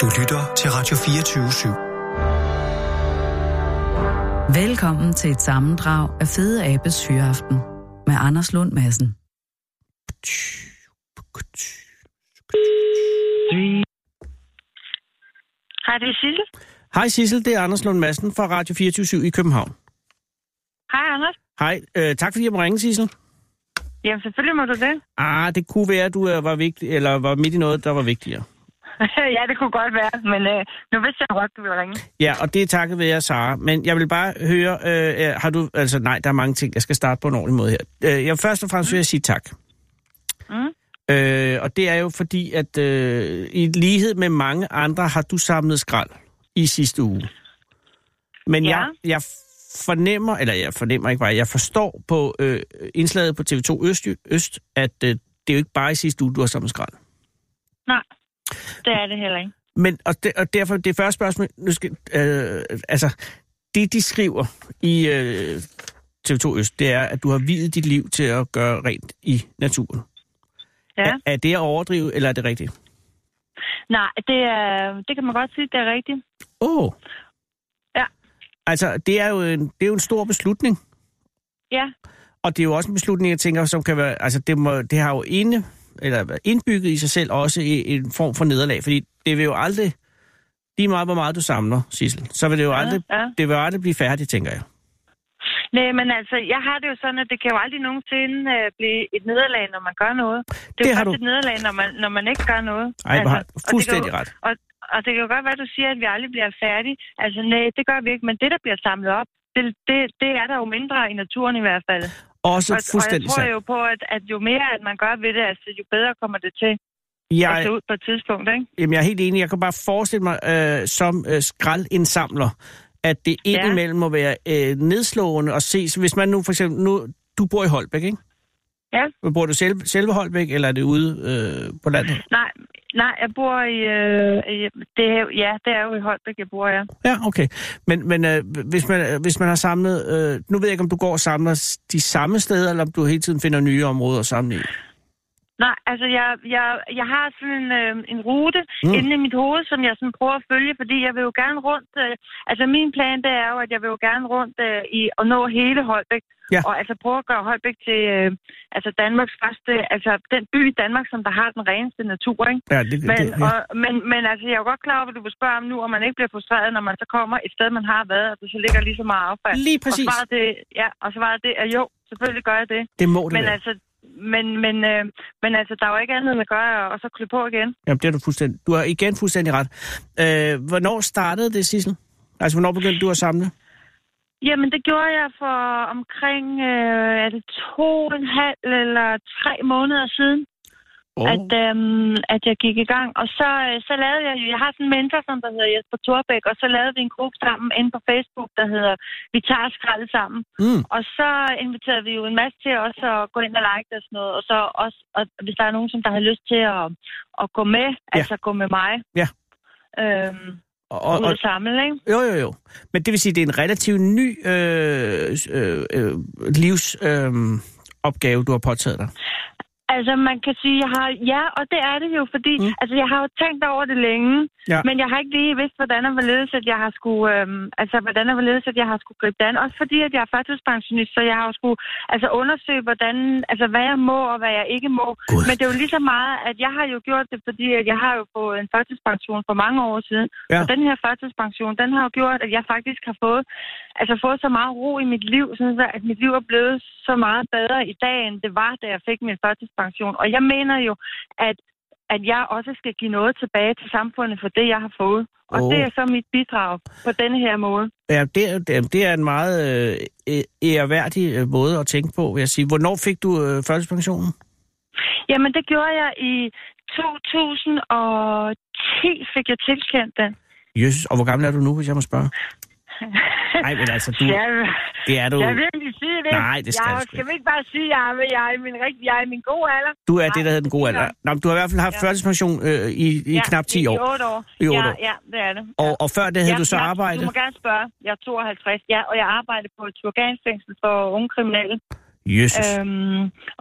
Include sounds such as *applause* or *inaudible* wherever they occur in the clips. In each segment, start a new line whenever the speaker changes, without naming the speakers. Du lytter til Radio 24 /7.
Velkommen til et sammendrag af Fede Abes Hyreaften med Anders Lund Madsen.
Hej, det er Sissel.
Hej Sissel, det er Anders Lund Madsen fra Radio 24 i København.
Hej, Anders.
Hej, øh, tak fordi jeg må ringe, Sissel.
Jamen, selvfølgelig må du det. *laughs*
Ah, det kunne være, at du øh, var, vigtig, eller var midt i noget, der var vigtigere.
ja, det kunne godt være, men øh, nu vidste jeg godt, du ville ringe.
Ja, og det er takket ved jer, Sara. Men jeg vil bare høre, øh, øh, har du... Altså nej, der er mange ting, jeg skal starte på en ordentlig måde her. Øh, jeg, først og fremmest vil jeg sige tak.
Mm.
Øh, og det er jo fordi, at øh, i lighed med mange andre, har du samlet skrald i sidste uge. Men
Ja.
ja. jeg, jeg fornemmer, eller jeg fornemmer ikke bare, jeg forstår på øh, indslaget på TV2 Øst, Øst at øh, det er jo ikke bare i sidste uge, du har samlet skrald.
Nej, det er det heller ikke.
Men, og, de, og derfor, det første spørgsmål, nu skal, øh, altså, det de skriver i øh, TV2 Øst, det er, at du har videt dit liv til at gøre rent i naturen.
Ja.
Er, er det at overdrive, eller er det rigtigt?
Nej, det, er, det kan man godt sige, det er rigtigt.
Åh! Oh.
Ja.
Altså, det er, jo en, det er jo en stor beslutning,
Ja,
og det er jo også en beslutning, jeg tænker, som kan være, altså, det, må, det har jo inde, eller været indbygget i sig selv også i en form for nederlag, fordi det vil jo aldrig, lige meget hvor meget du samler, Sissel, så vil det jo aldrig,
ja.
det vil aldrig blive færdigt, tænker jeg.
Nej, men altså, jeg har det jo sådan, at det kan jo aldrig nogensinde øh, blive et nederlag, når man gør noget. Det er
Det
jo
har
først
du-
et nederlag, når man, når man ikke gør noget.
Ej, altså, har
og det kan
fuldstændig
jo-
ret.
Og, og det kan jo godt være, at du siger, at vi aldrig bliver færdige. Altså, nej, det gør vi ikke, men det, der bliver samlet op, det, det, det er der jo mindre i naturen i hvert fald.
Også
Og, og jeg
fuldstændig
tror
sandt.
jo på, at, at jo mere at man gør ved det, altså, jo bedre kommer det til at
Jeg,
se ud på et tidspunkt. Ikke?
jamen, jeg er helt enig. Jeg kan bare forestille mig øh, som øh, skraldindsamler, at det
Ja.
indimellem må være øh, nedslående at se. Så Hvis man nu for eksempel... Nu, du bor i Holbæk, ikke?
Ja.
Bor du selv, selve Holbæk, eller er det ude øh, på landet?
Nej, nej, jeg bor i... Øh, i det, er jo- ja, det er jo i Holbæk, jeg bor, ja.
Ja, okay. Men, men øh, hvis, man, hvis man har samlet... Øh, nu ved jeg ikke, om du går og samler s- de samme steder, eller om du hele tiden finder nye områder at samle i.
Nej, altså jeg, jeg, jeg har sådan en, øh, en rute
Mm.
mm. inde i mit hoved, som jeg sådan prøver at følge, fordi jeg vil jo gerne rundt. Øh, altså min plan det er jo, at jeg vil jo gerne rundt øh, i at nå hele Holbæk.
Ja.
Og altså prøve at gøre Holbæk til øh, altså Danmarks første, altså den by i Danmark, som der har den reneste natur, ikke?
Ja, det,
Men,
det, ja.
og, men, men altså, jeg er jo godt klar over, at du vil spørge om nu, om man ikke bliver frustreret, når man så kommer et sted, man har været, og der så ligger lige så meget affald.
Lige præcis.
Og svaret det, ja, og svaret det er jo, selvfølgelig gør jeg det.
Det må det
Men
være.
altså, men, men, øh, men altså, der er jo ikke andet end at gøre, og så klø på igen.
Jamen, det har du fuldstændig. Du har igen fuldstændig ret. Øh, hvornår startede det, Sissel? Altså, hvornår begyndte du at samle?
Jamen, det gjorde jeg for omkring, øh, er det to og en halv eller tre måneder siden.
Oh.
at, øhm, at jeg gik i gang. Og så, øh, så lavede jeg, jeg har sådan en mentor, som der hedder Jesper Thorbæk, og så lavede vi en gruppe sammen inde på Facebook, der hedder Vi tager skraldet sammen.
Mm.
Og så inviterede vi jo en masse til også at gå ind og like det og sådan noget. Og så også, og hvis der er nogen, som der har lyst til at, at gå med, ja. altså gå med mig.
Ja.
Øhm,
Og,
og,
og,
ud
og,
og samle, ikke?
jo, jo, jo. Men det vil sige, det er en relativt ny øh, øh, øh, livsopgave, øh, opgave, du har påtaget dig.
Altså, man kan sige, jeg har... Ja, og det er det jo, fordi...
Mm.
Mm. Altså, jeg har jo tænkt over det længe,
Ja.
men jeg har ikke lige vidst, hvordan og hvorledes, at jeg har skulle... Øhm, altså, hvordan og hvorledes, at jeg har skulle gribe det an. Også fordi, at jeg er førtidspensionist, så jeg har jo skulle altså, undersøge, hvordan, altså, hvad jeg må og hvad jeg ikke må.
God.
Men det er jo lige så meget, at jeg har jo gjort det, fordi at jeg har jo fået en førtidspension for mange år siden.
Ja.
Og den her førtidspension, den har jo gjort, at jeg faktisk har fået, altså fået så meget ro i mit liv, sådan så, at mit liv er blevet så meget bedre i dag, end det var, da jeg fik min førtidspension. Og jeg mener jo, at, at jeg også skal give noget tilbage til samfundet for det, jeg har fået. Og
Åh.
det er så mit bidrag på denne her måde.
Ja, det, er- det, er- det er en meget øh, æ- æreværdig øh, måde at tænke på, vil jeg sige. Hvornår fik du øh, førtidspensionen?
Jamen, det gjorde jeg i 2010, fik jeg tilkendt den.
Jesus, og hvor gammel er du nu, hvis jeg må spørge? Nej, men altså, du,
Jeg,
det er du,
jeg vil virkelig sige det.
Nej, det skal
jeg,
du sgu
skal vi ikke bare sige, at jeg, er- jeg, er i min, rigtig, jeg er i min gode alder?
du er det, der
Nej,
hedder den gode alder.
det
Nå, men du har i hvert fald haft
Ja.
førtidspension øh, i, i knap 10 år.
I 8 år.
I otte
ja,
år.
ja, det er det.
Og, og før det havde du
Ja,
så
ja, Du
arbejde?
må gerne spørge. Jeg er 52, ja, og jeg arbejder på et turganfængsel for unge kriminelle.
Jesus.
Øhm,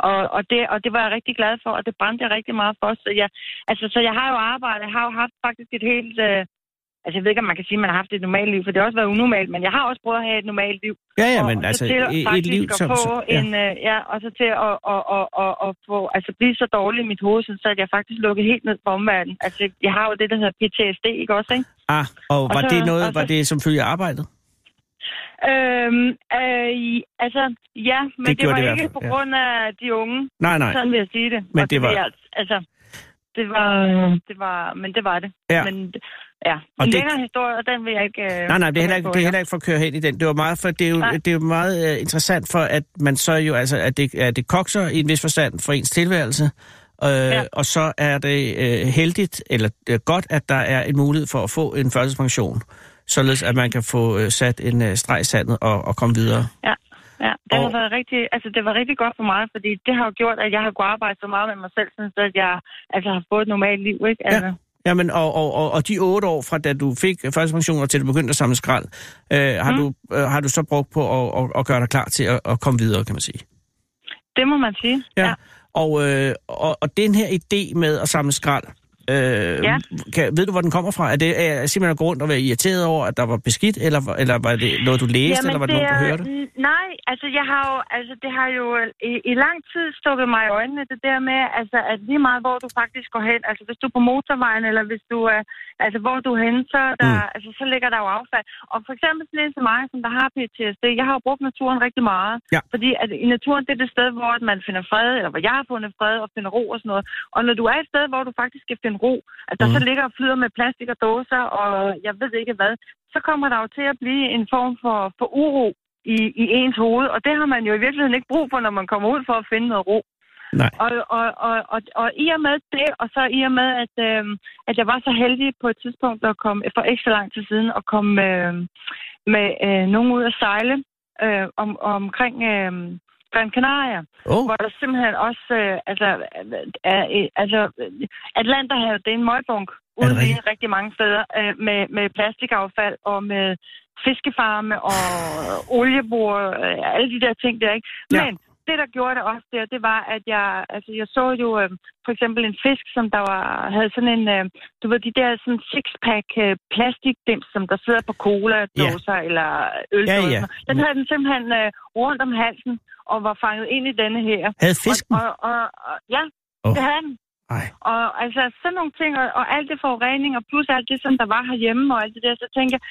og, og, det, og det var jeg rigtig glad for, og det brændte jeg rigtig meget for. Så jeg, altså, så jeg har jo arbejdet, jeg har jo haft faktisk et helt... Øh, altså, jeg ved ikke, om man kan sige, at man har haft et normalt liv, for det har også været unormalt, men jeg har også prøvet at have et normalt liv.
Ja, ja,
Og-
men
og
altså
så til
et, et
faktisk
liv
at
som...
få
som ja.
en, øh, ja, og så til at, at, at, at, at få, altså, blive så dårlig i mit hoved, sådan, så at jeg faktisk lukket helt ned på omverdenen. Altså, jeg har jo det, der hedder PTSD, ikke også, ikke?
Ah, og var
og så-
det
og
noget,
så-
var det som følge af arbejdet?
Øhm, øh, i- altså, ja, men
Det
det,
gjorde
var
det i hvert
ikke
fald,
på
ja.
grund af de unge.
Nej, nej.
Sådan vil jeg sige det.
Men
Og
det var-
vil jeg- altså, det var, øh, det var, men det var det.
Ja.
Men, ja.
Og
en
det-
længere historie, og den vil jeg ikke... øh,
Nej, nej, det er heller
komme
ikke,
ind på,
det er
ja.
heller ikke for at køre hen i den. Det var meget for, det er jo,
Nej.
det er jo meget uh, interessant for, at man så jo, altså, at det, at det kokser i en vis forstand for ens tilværelse, øh, ja. og så er det øh, heldigt, eller øh, godt, at der er en mulighed for at få en førtidspension, således at man kan få øh, sat en øh, streg i sandet og, og komme videre.
Ja, det har
Og-
været rigtig, altså det var rigtig godt for mig, fordi det har jo gjort, at jeg har kunnet arbejde så meget med mig selv, sådan så at jeg altså har fået et normalt liv, ikke? Altså,
Jamen, og, og, og, og de otte år fra da du fik øh, førtidspension og til du begyndte at samle skrald, øh, har,
Mm.
du, øh, har du så brugt på at, at, at gøre dig klar til at, at komme videre, kan man sige?
det må man sige.
Ja. Og, øh, og, og den her idé med at samle skrald, øh, ja. kan, ved du, hvor den kommer fra? Er det er jeg simpelthen at gå rundt og være irriteret over, at der var beskidt, eller, eller var det noget, du læste,
Jamen,
eller var det,
det
noget, du
er-
hørte?
n- Nej, altså, jeg har jo, altså det har jo øh, i, i lang tid stukket mig i øjnene, det der med, altså, at lige meget hvor du faktisk går hen, altså hvis du er på motorvejen, eller hvis du er, altså hvor du er henne, så, er der, mm. altså, så ligger der jo affald. Og for eksempel sådan en som mig, som der har PTSD, jeg har jo brugt naturen rigtig meget,
Ja.
fordi at i naturen, det er det sted, hvor at man finder fred, eller hvor jeg har fundet fred og finder ro og sådan noget. Og når du er et sted, hvor du faktisk skal finde ro, altså mm. så ligger og flyder med plastik og dåser, og jeg ved ikke hvad, så kommer der jo til at blive en form for, for uro i, i ens hoved, og det har man jo i virkeligheden ikke brug for, når man kommer ud for at finde noget ro.
Nej.
Og, og, og, og, og i og med det, og så i og med, at, øh, at jeg var så heldig på et tidspunkt at komme, for ikke så lang tid siden, at komme øh, med øh, nogen ud at sejle øh, om, omkring øh, Gran Canaria
Åh, oh,
hvor der simpelthen også, øh, altså, øh, er, øh, altså øh, Atlanterhavet, det er en møgbunk, uden lige rigtig mange steder, øh, med, med plastikaffald og med fiskefarme og oliebor, øh, alle de der ting der, ikke?
Ja.
Men det, der gjorde det også der, det var, at jeg, altså, jeg så jo øh, for eksempel en fisk, som der var, havde sådan en, øh, du ved, de der sådan six-pack øh, plastikdims, som der sidder på cola-dåser eller øl
Ja, ja.
Den havde den simpelthen øh, rundt om halsen og var fanget ind i denne her.
havde fisken?
Og, og, og, og, ja,
Åh.
oh. det havde den.
Nej.
Og altså sådan nogle ting, og, og alt det forurening, og plus alt det, som der var herhjemme, og alt det der, så tænker jeg,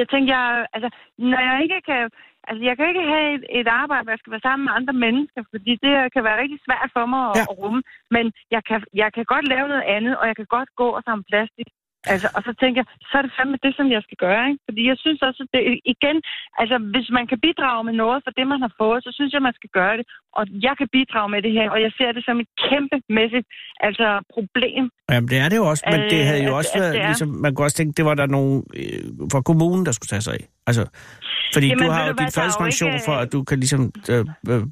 jeg tænker, jeg, altså, når jeg ikke kan, altså, jeg kan ikke have et, et arbejde, hvor jeg skal være sammen med andre mennesker, fordi det øh, kan være rigtig svært for mig at,
Ja.
ja. at rumme, men jeg kan, jeg kan godt lave noget andet, og jeg kan godt gå og samle plastik. Altså, og så tænker jeg, så er det fandme det, som jeg skal gøre, ikke? Fordi jeg synes også, at det, igen, altså, hvis man kan bidrage med noget for det, man har fået, så synes jeg, man skal gøre det. Og jeg kan bidrage med det her, og jeg ser det som et kæmpemæssigt altså, problem.
Jamen, det er det jo også, men det
Øh,
havde jo
at-
også
at
været,
det er.
ligesom, man kunne også tænke, det var der nogen øh, fra kommunen, der skulle tage sig af. Altså, fordi
Jamen,
du
ved
har
du
jo
hvad,
din
der er jo
førtidspension
ikke-
for, at du kan ligesom øh, øh,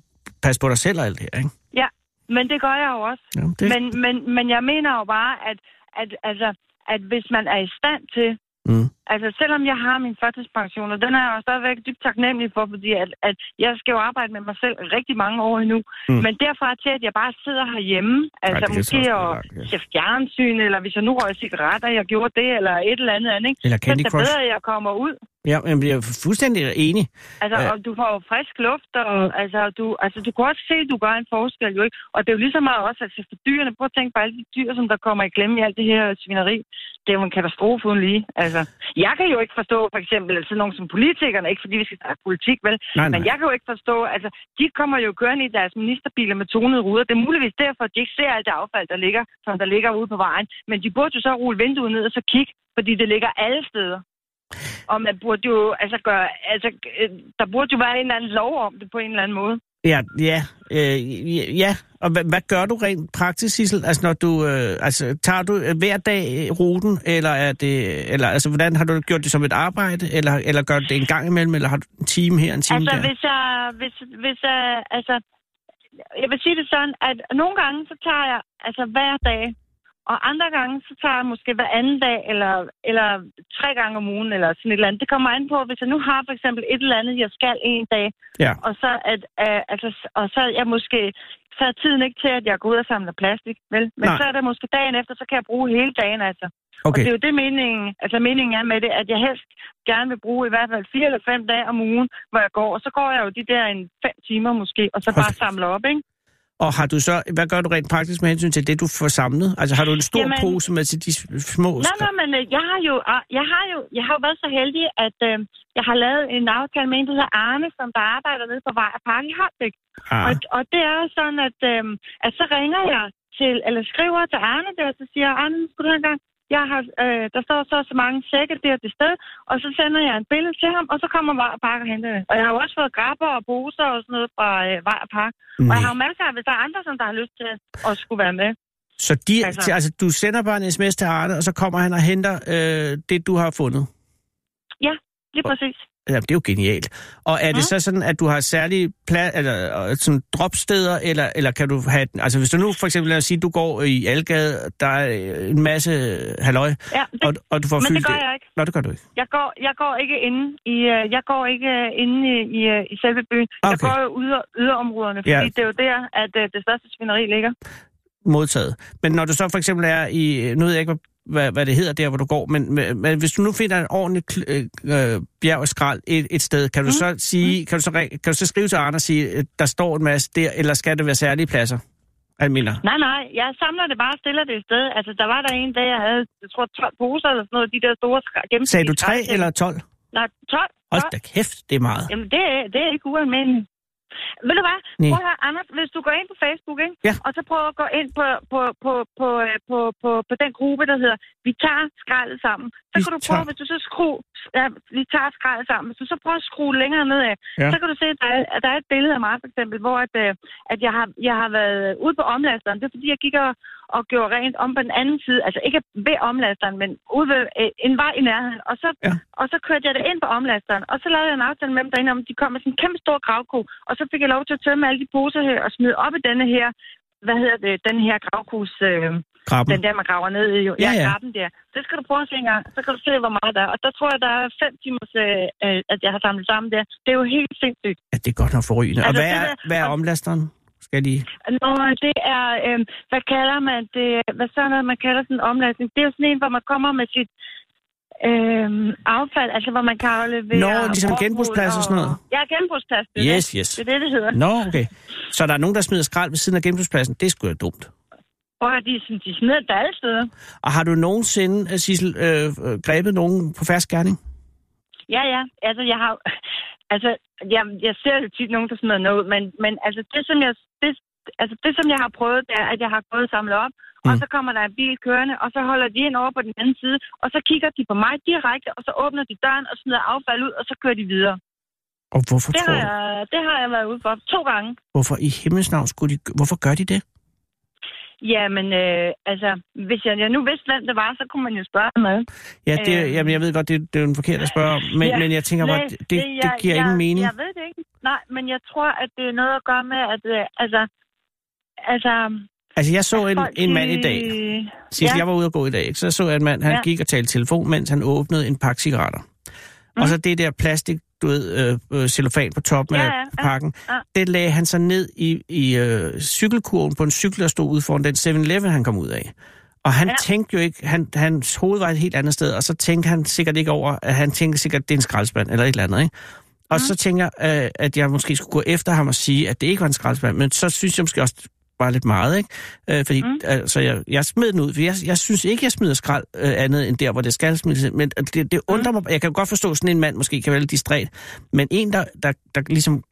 passe på dig selv og alt det her, ikke?
Men det gør jeg jo også.
Jamen, det,
Men, men, men jeg mener jo bare, at, at, altså, at hvis man er i stand til,
Mm.
altså selvom jeg har min førtidspension, og den er jeg jo stadigvæk dybt taknemmelig for, fordi at, at jeg skal jo arbejde med mig selv rigtig mange år endnu,
Mm.
mm. men derfra til, at jeg bare sidder herhjemme, altså
det
Ej,
kan
måske
så også
og
være langt, ja.
se fjernsyn, eller hvis jeg nu røg cigaretter, jeg gjorde det, eller et eller andet andet, ikke?
eller
så er
Candy
det
Crush.
bedre, at jeg kommer ud.
Ja, men jeg er fuldstændig enig.
Altså,
Ja.
og du får jo frisk luft, og altså, du, altså, du kan også se, at du gør en forskel, jo ikke? Og det er jo lige så meget også, altså, for dyrene, prøv at tænke på alle de dyr, som der kommer i klemme i alt det her svineri. Det er jo en katastrofe uden lige. Altså, jeg kan jo ikke forstå, for eksempel, at sådan nogen som politikerne, ikke fordi vi skal snakke politik, vel?
Nej, nej.
Men jeg kan jo ikke forstå, altså, de kommer jo kørende i deres ministerbiler med tonede ruder. Det er muligvis derfor, at de ikke ser alt det affald, der ligger, som der ligger ude på vejen. Men de burde jo så rulle vinduet ned og så kigge, fordi det ligger alle steder. Og man burde jo, altså, gøre, altså, øh, der burde jo være en eller anden lov om det på en eller anden måde.
Ja, ja, øh, ja, ja. Og hvad, hvad gør du rent praktisk, Sissel? Altså, når du, øh, altså, tager du øh, hver dag øh, ruten, eller er det, eller, altså, hvordan har du gjort det som et arbejde, eller, eller gør du det en gang imellem, eller har du en time her, en time
Altså,
der?
hvis jeg, hvis, hvis jeg, altså, jeg vil sige det sådan, at nogle gange, så tager jeg, altså hver dag, Og andre gange, så tager jeg måske hver anden dag, eller, eller tre gange om ugen, eller sådan et eller andet. Det kommer an på, hvis jeg nu har for eksempel et eller andet, jeg skal en dag,
Ja.
og så, at, øh, altså, og så er jeg måske så er tiden ikke til, at jeg går ud og samler plastik, vel? Men
Nej.
Nej. så er det måske dagen efter, så kan jeg bruge hele dagen, altså. Og
Okay.
det er jo det meningen, altså meningen er med det, at jeg helst gerne vil bruge i hvert fald fire eller fem dage om ugen, hvor jeg går, og så går jeg jo de der en fem timer måske, og så bare
Hold da.
samler op, ikke?
Og har du så, hvad gør du rent praktisk med hensyn til det, du får samlet? Altså har du en stor Jamen,
Jamen-
pose med til de små?
Nej, nej, men øh, jeg har jo, ah, jeg har jo, jeg har jo været så heldig, at øh, jeg har lavet en aftale med en, der hedder Arne, som der arbejder nede på vej og park i Holbæk. Og,
Ah,
og det er jo sådan, at, øh, at så ringer jeg til, eller skriver til Arne der, og så siger jeg, Arne, skulle du have en gang, jeg har, øh, der står så og så mange sække der til sted, og så sender jeg en billede til ham, og så kommer Vej og Park og henter det. Og jeg har jo også fået grapper og poser og sådan noget fra øh, Vej og Park. Og jeg har
nej.
jo masser af, hvis der er andre, som der har lyst til at skulle være med.
Så de,
altså-
altså, altså, du sender bare en sms til Arne, og så kommer han og henter øh, det, du har fundet?
Lige præcis.
Jamen, det er jo genialt. Og er det
Mm.
så sådan, at du har særlige pla- eller, øh, sådan dropsteder, eller, eller kan du have... den- Altså, hvis du nu for eksempel, lad os sige, du går i Algade, der er øh, en masse halløj,
Ja, det,
og, og du får
men
fyldt
det gør jeg ikke.
Nå, det gør du ikke.
Jeg går, jeg går ikke inde i, øh, jeg går ikke øh, inde i, i, øh, i selve byen. Okay. Jeg
Okay.
går jo yder, yderområderne, fordi
Ja.
ja. det er jo der, at øh, det største svineri ligger.
Modtaget. Men når du så for eksempel er i... Nu ved jeg ikke, hvad, hvad, hvad det hedder der, hvor du går, men, men, men hvis du nu finder en ordentlig kl- øh, øh, bjerg og skrald et, et sted,
Mhm.
kan du mm. så sige, kan du så, ring- kan du så skrive til Arne og sige, at der står en masse der, eller skal det være særlige pladser? Almindelig.
Nej, nej, jeg samler det bare og stiller det et sted. Altså, der var der en dag, jeg havde, jeg tror, 12 poser eller sådan noget, de der store skra- gennemsnitlige
Sagde du 3
skraldesække.
eller 12?
Nej, 12.
Hold da kæft, det er meget.
Jamen, det er, det er ikke ualmindeligt. Ved du hvad?
Nej.
Prøv at høre, Anders, hvis du går ind på Facebook, ikke?
Ja.
og så prøver at gå ind på, på, på, på, øh, på, på, på den gruppe, der hedder Vi tager skraldet sammen. Så
Vi
kan du prøve,
tager-
hvis du så skru, ja, Vi tager skraldet sammen. Hvis du så prøver at skrue længere ned af,
Ja.
så kan du se, at der, er, at der er et billede af mig, for eksempel, hvor at, øh, at jeg, har, jeg har været ude på omlasteren. Det er fordi, jeg gik og, og gjorde rent om på den anden side. Altså ikke ved omlasteren, men ude ved øh, en vej i nærheden. Og så og så kørte jeg det ind på omlasteren, og så lavede jeg en aftale med dem derinde om, at de kom med sådan en kæmpe stor gravko, og så fik jeg lov til at tømme alle de poser her og smide op i denne her, hvad hedder det, den her gravkos, øh,
Krabben.
den der, man graver ned i, jo.
Ja,
Ja,
ja.
ja. Graben der. Det skal du prøve at se en gang, så kan du se, hvor meget der er. Og der tror jeg, der er fem timers, øh, øh, at jeg har samlet sammen der. Det er jo helt sindssygt.
Ja, det er godt nok forrygende. Altså,
Altså,
og hvad
det
er,
der-
hvad er omlasteren? Skal jeg lige...
Nå, det er, øh, hvad kalder man det, hvad sådan noget, man kalder sådan en omlastning. Det er jo sådan en, hvor man kommer med sit øh, affald, altså hvor man kan aflevere...
Nå, ligesom
råbrud
genbrugsplads og sådan noget.
Ja, genbrugsplads. Det er
Yes, yes.
Det er det, det hedder.
Nå, okay. Så der er nogen, der smider skrald ved siden af genbrugspladsen. Det skulle sgu da dumt.
Og de, sådan, de smider det alle steder.
Og har du nogensinde, øh, Sissel, øh, øh, grebet nogen på fast gerning?
Ja, ja. Altså, jeg har... *laughs* Altså, jeg, jeg ser jo tit nogen, der smider noget ud, men, men altså, det, som jeg, det, altså, det, som jeg har prøvet, det er, at jeg har gået og samlet op, mm. og
Mm.
så kommer der en bil kørende, og så holder de ind over på den anden side, og så kigger de på mig direkte, og så åbner de døren og smider affald ud, og så kører de videre.
Og hvorfor,
Det
tror
har
du,
jeg, det har jeg været ude for to gange.
hvorfor i himmels navn skulle de, gø- hvorfor gør de det?
Jamen, øh, altså, hvis jeg, jeg nu vidste, hvem det var, så kunne man jo spørge ham ad.
Ja, det, øh,
Øh.
jamen, jeg ved godt, det, det er jo en forkert at spørge om, men, ja,
Ja,
men jeg tænker bare, det, det, det
jeg-
giver
jeg,
ingen mening.
Jeg ved det ikke. Nej, men jeg tror, at det er noget at gøre med, at øh, altså, altså,
Altså, jeg så en,
folk,
en mand i
de-
dag, Sidst
Ja.
jeg var ude og gå i dag, ikke? så så jeg en mand, han ja.
Ja.
gik og talte telefon, mens han åbnede en pakke cigaretter. Mm.
Mhm.
Og så det der plastik, du ved, øh, øh, cellofan på toppen
Ja,
af
ja, ja.
pakken,
Ja.
det lagde han så ned i, i øh, cykelkurven på en cykel, der stod ude foran den 7-Eleven, han kom ud af. Og han ja.
Ja.
tænkte jo ikke, han, hans hoved var et helt andet sted, og så tænkte han sikkert ikke over, at han tænkte sikkert, at det er en skraldespand eller et eller andet, ikke? Og
Mhm.
så tænker jeg, øh, at jeg måske skulle gå efter ham og sige, at det ikke var en skraldespand, men så synes jeg måske også, det var lidt meget, ikke? Øh, fordi mm. altså, jeg, jeg smed den ud, for jeg, jeg synes ikke, jeg smider skrald øh, andet end der, hvor det skal smides. ind. Men det,
Mm.
det undrer mig, jeg kan godt forstå, at sådan en mand måske kan være lidt distræt, men en, der, der, der ligesom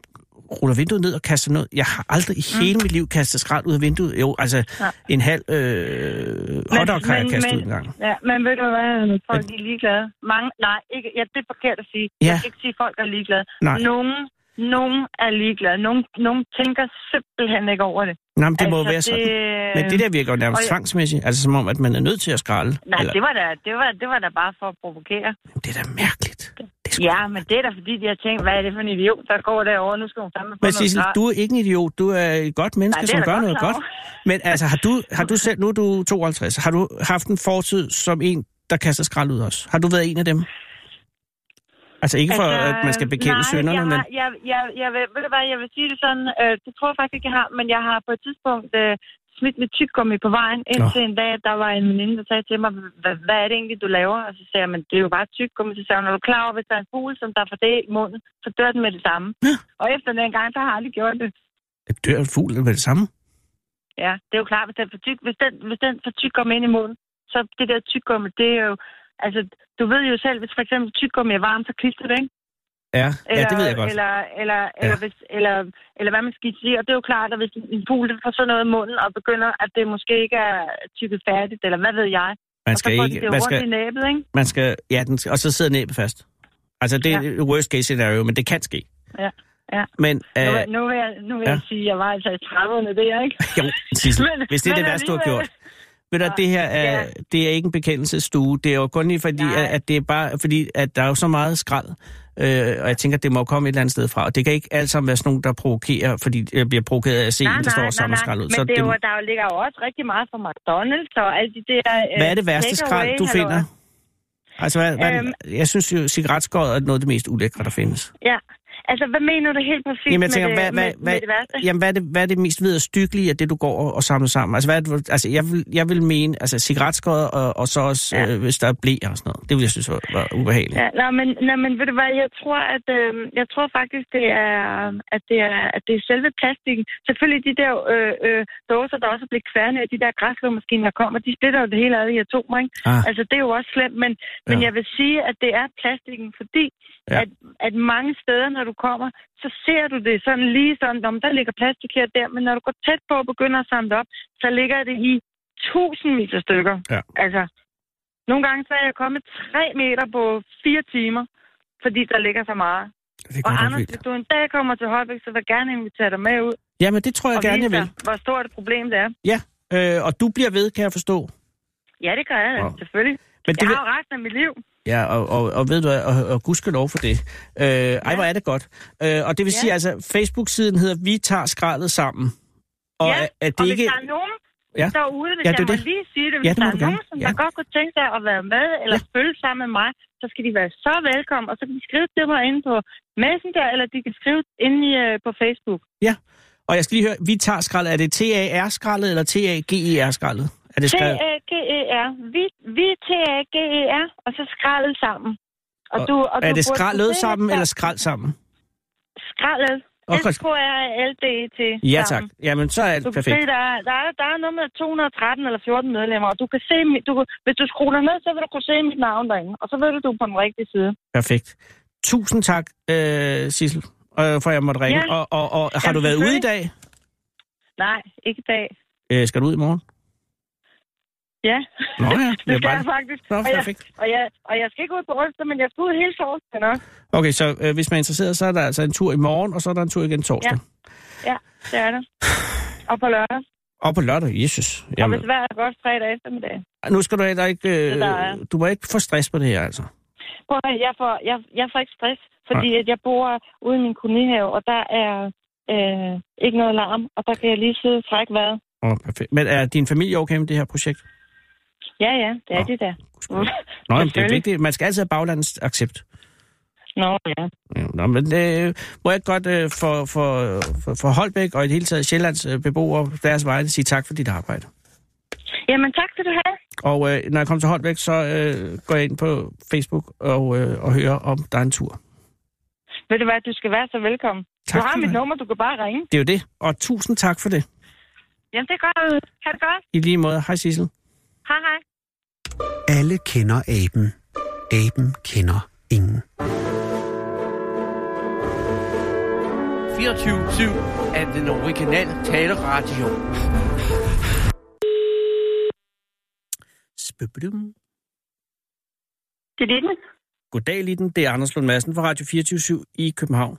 ruller vinduet ned og kaster noget. Jeg har aldrig i
Mm.
hele mit liv kastet skrald ud af vinduet. Jo, altså
Nej.
en halv øh, hotdog har jeg
men-
kastet
men-
ud en gang.
Ja, men ved du hvad, folk de er ligeglade. Mange, nej, ikke, ja, det er forkert at sige.
Ja.
Jeg kan ikke sige, at folk er ligeglade.
Nej,
Nogen, nogen er ligeglade. Nogen, nogen tænker simpelthen ikke over det.
Nå, men det må jo være sådan.
altså, Det, øh,
Men det der virker jo nærmest
og jeg-
tvangsmæssigt, altså som om, at man er nødt til at skralde.
Nej, det var, da, det, var, det var da bare for at provokere.
Jamen, Det er da mærkeligt. Det er sgu.
Ja, men det er da fordi, de har tænkt, hvad er det for en idiot, der går derovre, nu skal hun fandme få
Men
noget
Sissel,
svar.
du er ikke en idiot. Du er et godt menneske, Nej,
Nej, det er
som
jeg
gør
godt
noget
klar
godt. Men altså, har du, har du selv, nu er du 52, har du haft en fortid som en, der kaster skrald ud også? Har du været en af dem? Altså ikke for, altså, at man skal bekende
nej,
synderne,
jeg
men...
har, Jeg, jeg, jeg, vil, ved du hvad, jeg vil sige det sådan, øh, det tror jeg faktisk ikke, jeg har, men jeg har på et tidspunkt øh, smidt mit tyggegummi på vejen, indtil en dag, der var en veninde, der sagde til mig, "Hva- hvad er det egentlig, du laver? Og så sagde jeg, men det er jo bare et tyggegummi. Så sagde hun, er du klar over, hvis der er en fugle, som der får det i munden, så dør den med det samme. Og efter den gang, der har jeg aldrig gjort det.
Jeg dør en fugl med det samme.
Ja, det er jo klart, hvis den får tyk, hvis den, hvis den får tyggegummi ind i munden, så det der tyggegummi, det er jo, altså, du ved jo selv, hvis for eksempel tyggegummi er varmt, så klister det, ikke?
Ja, eller, ja, det ved jeg godt. Eller,
Eller, eller, ja. eller, hvis, eller, eller hvad man skal sige. Og det er jo klart, at hvis en fugl den får sådan noget i munden og begynder, at det måske ikke er tykket færdigt, eller hvad ved jeg.
man
og så
skal
får den
ikke...
det
Man
rundt i
skal,
næbet, ikke?
man skal, ja, den skal, og så sidder næbet fast. Altså, det er ja. worst case scenario, men det kan ske.
Ja, ja.
Men,
Nu,
øh,
vil- nu vil jeg, nu vil
ja.
ja. jeg sige, at jeg var altså i 30'erne, det er jeg ikke.
jo, Sissel,
Men-
hvis det er
men
det værste, du har
alligevel-
gjort. Ved du, det her er,
Ja.
det er ikke en bekendelsesstue. Det er jo kun lige fordi,
Nej.
at, at det er bare, fordi at der er jo så meget skrald. Øh, og jeg tænker, at det må jo komme et eller andet sted fra. Og det kan ikke alt sammen være sådan nogen, der provokerer, fordi jeg bliver provokeret af at se en, der står og samler skrald ud.
Men
Så
det er jo,
det,
der jo ligger jo også rigtig meget fra McDonald's og alle de der... øh,
hvad er det værste skrald,
takeaway,
du
halløj?
finder? Altså, hvad, hvad, er det-
Øhm.
jeg synes jo, cigaretskåret er noget af det mest ulækre, der findes.
Ja. Altså, hvad mener du helt præcis
Jamen, jeg tænker,
med,
hvad,
det,
hvad,
med,
hvad,
med det værste?
Jamen, hvad er det, hvad er det mest vederstykkelige af det, du går og, og samler sammen? Altså, hvad er det, altså jeg, vil, jeg vil mene, altså cigaretskåret, og, og så også, ja.
Ja.
øh, hvis der er blæer og sådan noget. Det vil jeg synes var, var ubehageligt.
Ja, nej, men, nej, men ved du hvad, jeg tror, at, øh, jeg tror faktisk, det er, at, det er, at det er selve plastikken. Selvfølgelig de der øh, øh, dåser, der også er blevet kværnet af de der græsslåmaskiner, der kommer, de splitter jo det hele ad i atomer, ikke?
Ah. *laughs*
Altså, det er jo også slemt, men, ja. men
Ja.
jeg vil sige, at det er plastikken, fordi
Ja.
ja. at, at mange steder, når du kommer, så ser du det sådan lige sådan, om der ligger plastik her og der, men når du går tæt på og begynder at samle det op, så ligger det i tusindvis af stykker.
Ja.
Altså, nogle gange så er jeg kommet tre meter på fire timer, fordi der ligger så meget.
Det er
Altså, Og
godt nok
Anders,
vildt.
hvis du en dag kommer til Holbæk, så vil jeg gerne invitere dig med ud
Jamen, det tror jeg
og
gerne,
vise
jeg vil.
dig, hvor stort et problem det er.
Øh, og du bliver ved, kan jeg forstå.
Ja, det gør jeg da,
Wow.
selvfølgelig.
Men
Jeg
det,
har jo resten af mit liv.
ja, og, og, og ved du, hvad, og, og gudske lov for det. Øh, ej, hvor er det godt. Øh, og det vil
Ja.
sige, altså, Facebook-siden hedder Vi tager skraldet sammen. Og
Ja,
er, er det
og
ikke...
hvis der er nogen
Ja.
ja. derude, hvis
Ja,
ja,
det er det.
jeg må lige sige det,
Ja,
hvis
det må
der
du
er
gerne.
nogen, som
Ja.
der godt kunne tænke sig at være med eller ja. følge sammen med mig, så skal de være så velkommen, og så kan de skrive til mig inde på Messenger, eller de kan skrive inde i, øh, på Facebook.
Og jeg skal lige høre, Vi tager skraldet. Er det T-A-R-skraldet, eller T-A-G-E-R-skraldet? E Er det skrevet?
T-A-G-E-R. E Vi, vi T-A-G-E-R, E og så skraldet sammen. Og, du, og
er det
du burde kunne
skraldet
se,
sammen,
at-
eller skrald sammen?
Skraldet.
Og
s k r l d e t
Ja tak. Jamen, så er alt
Du kan
Altså, perfekt.
se, der er, der, er, der er noget med 213 eller 14 medlemmer, og du kan se, mi- du, kan- hvis du scroller ned, så vil du kunne se mit navn derinde, og så ved du, du er på den rigtige side.
Perfekt. Tusind tak, øh, Sissel, øh, for at jeg måtte ringe.
Ja.
Og, og, og har
Jamen,
du været ude i dag?
Nej, ikke i dag.
Øh, skal du ud i morgen?
Ja,
Nå ja,
det
jeg
skal
bare...
jeg faktisk.
Nå,
og, jeg,
perfekt.
og, jeg, og jeg skal ikke ud på onsdag, men jeg skal ud hele torsdag nok.
Okay, så øh, hvis man er interesseret, så er der altså en tur i morgen, og så er der en tur igen torsdag.
Ja, det er det. Og på lørdag.
Og på lørdag, Jesus.
Og
Jamen,
hvis vejret er godt fredag eftermiddag.
nu skal du heller ikke...
Det der er.
Øh, du må ikke få stress på det her, altså.
Prøv at høre, jeg får, jeg, jeg får ikke stress, fordi at jeg bor ude i min kolonihave, og der er øh, ikke noget larm, og der kan jeg lige sidde og trække vejret.
Oh, perfekt. Men er din familie okay med det her projekt?
Ja, ja, det er
Nå.
det der.
Nå, jamen, det er
Selvfølgelig.
vigtigt. Man skal altid have baglandets accept.
*laughs* Nå, ja.
Ja, Nå, men øh, må jeg ikke godt øh, for, for, for, for Holbæk og i det hele taget Sjællands øh, beboere deres vegne sige tak for dit arbejde.
Jamen, tak skal du have.
Og øh, når jeg kommer til Holbæk, så øh, går jeg ind på Facebook og, øh, og hører, om der er en tur.
Ved du hvad, du skal være så velkommen.
Tak
du har
skal du
mit
have.
nummer, du kan bare ringe.
Det er jo det, og tusind tak for det.
Jamen, det er godt. Ha' det godt.
I lige måde. Hej Sissel.
Hej, hej.
Alle kender aben. Aben kender ingen.
24-7 af den originale taleradio.
Spøbdum.
Det er Litten.
Goddag, Litten. Det er Anders Lund Madsen fra Radio 24 i København.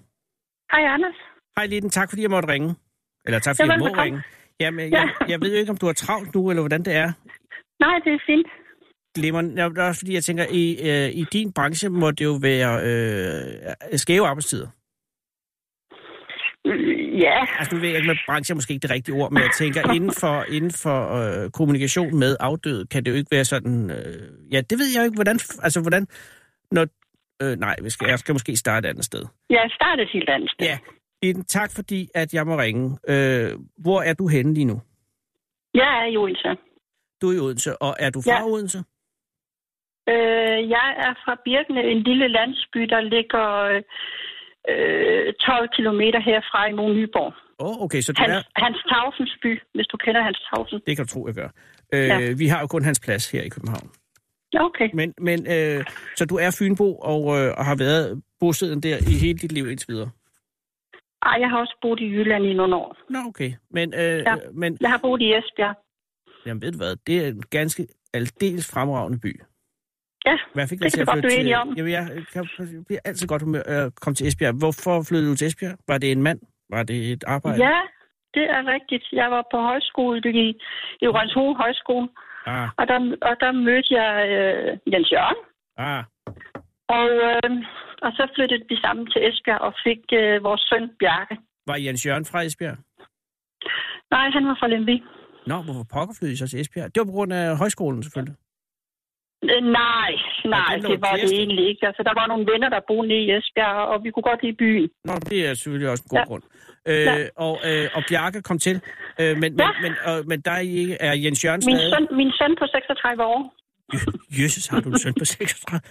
Hej, Anders.
Hej, Litten. Tak fordi jeg måtte ringe. Eller tak fordi
Ja,
jeg må
velbekomme.
ringe. Jamen, jeg, jeg ved jo ikke, om du har travlt nu, eller hvordan det er.
Nej, det er fint.
glimrende. Det er også fordi, jeg tænker, i, øh, i din branche må det jo være øh, skæve arbejdstider.
Øh, Ja,
Altså nu ved jeg ikke, med branche er måske ikke det rigtige ord, men jeg tænker, inden for, inden for øh, kommunikation med afdøde, kan det jo ikke være sådan... Øh, ja, det ved jeg jo ikke, hvordan... Altså hvordan... Når, øh, nej, vi skal, jeg skal måske starte et andet sted.
Jeg startede et helt andet sted.
Ja. Iden, tak fordi, at jeg må ringe. Øh, hvor er du henne lige nu?
Jeg er i Odense.
Du er i Odense, og er du fra
Ja.
Odense?
Øh, jeg er fra Birkene, en lille landsby, der ligger øh, 12 kilometer herfra i Mon Nyborg.
Åh, oh, okay, så du er...
Hans, Hans Tausens by, hvis du kender Hans Tausen.
Det kan du tro, jeg gør. Øh, ja.
Ja.
Vi har jo kun hans plads her i København.
Ja, okay.
Men, men øh, så du er Fynbo og, øh, og har været bosiddende der i hele dit liv indtil videre?
Ej, jeg har også boet i Jylland i nogle år.
Nå, okay. Men, øh, ja.
Ja.
men
Jeg har boet i Esbjerg.
jamen, ved du hvad, det er en ganske aldeles fremragende by.
Ja,
Hvad fik dig
Det
til
kan
at
vi godt
flytte
blive
til...
enige om.
Jamen, jeg, kan, jeg bliver altid godt humør at komme til Esbjerg. Hvorfor flyttede du til Esbjerg? Var det en mand? Var det et arbejde?
ja det er rigtigt. Jeg var på højskole i, i Rønshoved Højskole,
Ah,
og der, og der mødte jeg øh, Jens Jørgen.
ah,
Og, øh, og så flyttede vi sammen til Esbjerg og fik øh, vores søn Bjarke.
var Jens Jørgen fra Esbjerg?
Nej, han var fra Lemby.
Nå, hvorfor pokker flyttede I så til Esbjerg? Det var på grund af højskolen selvfølgelig.
Øh, nej, nej,
det lå
det var det
Kirsten.
egentlig ikke. Altså, der var nogle venner, der boede nede i Esbjerg, og vi kunne godt lide byen.
Nå, det er selvfølgelig også en god ja.
Ja.
grund. Øh, ja.
Ja.
og, øh, og Bjarke kom til, øh, men, ja.
Ja.
men, men, øh, men der er, I ikke, er Jens Jørgen
Min
stadig...
søn, min søn på 36 år.
Jøsses, har du en søn
*laughs*
på 36?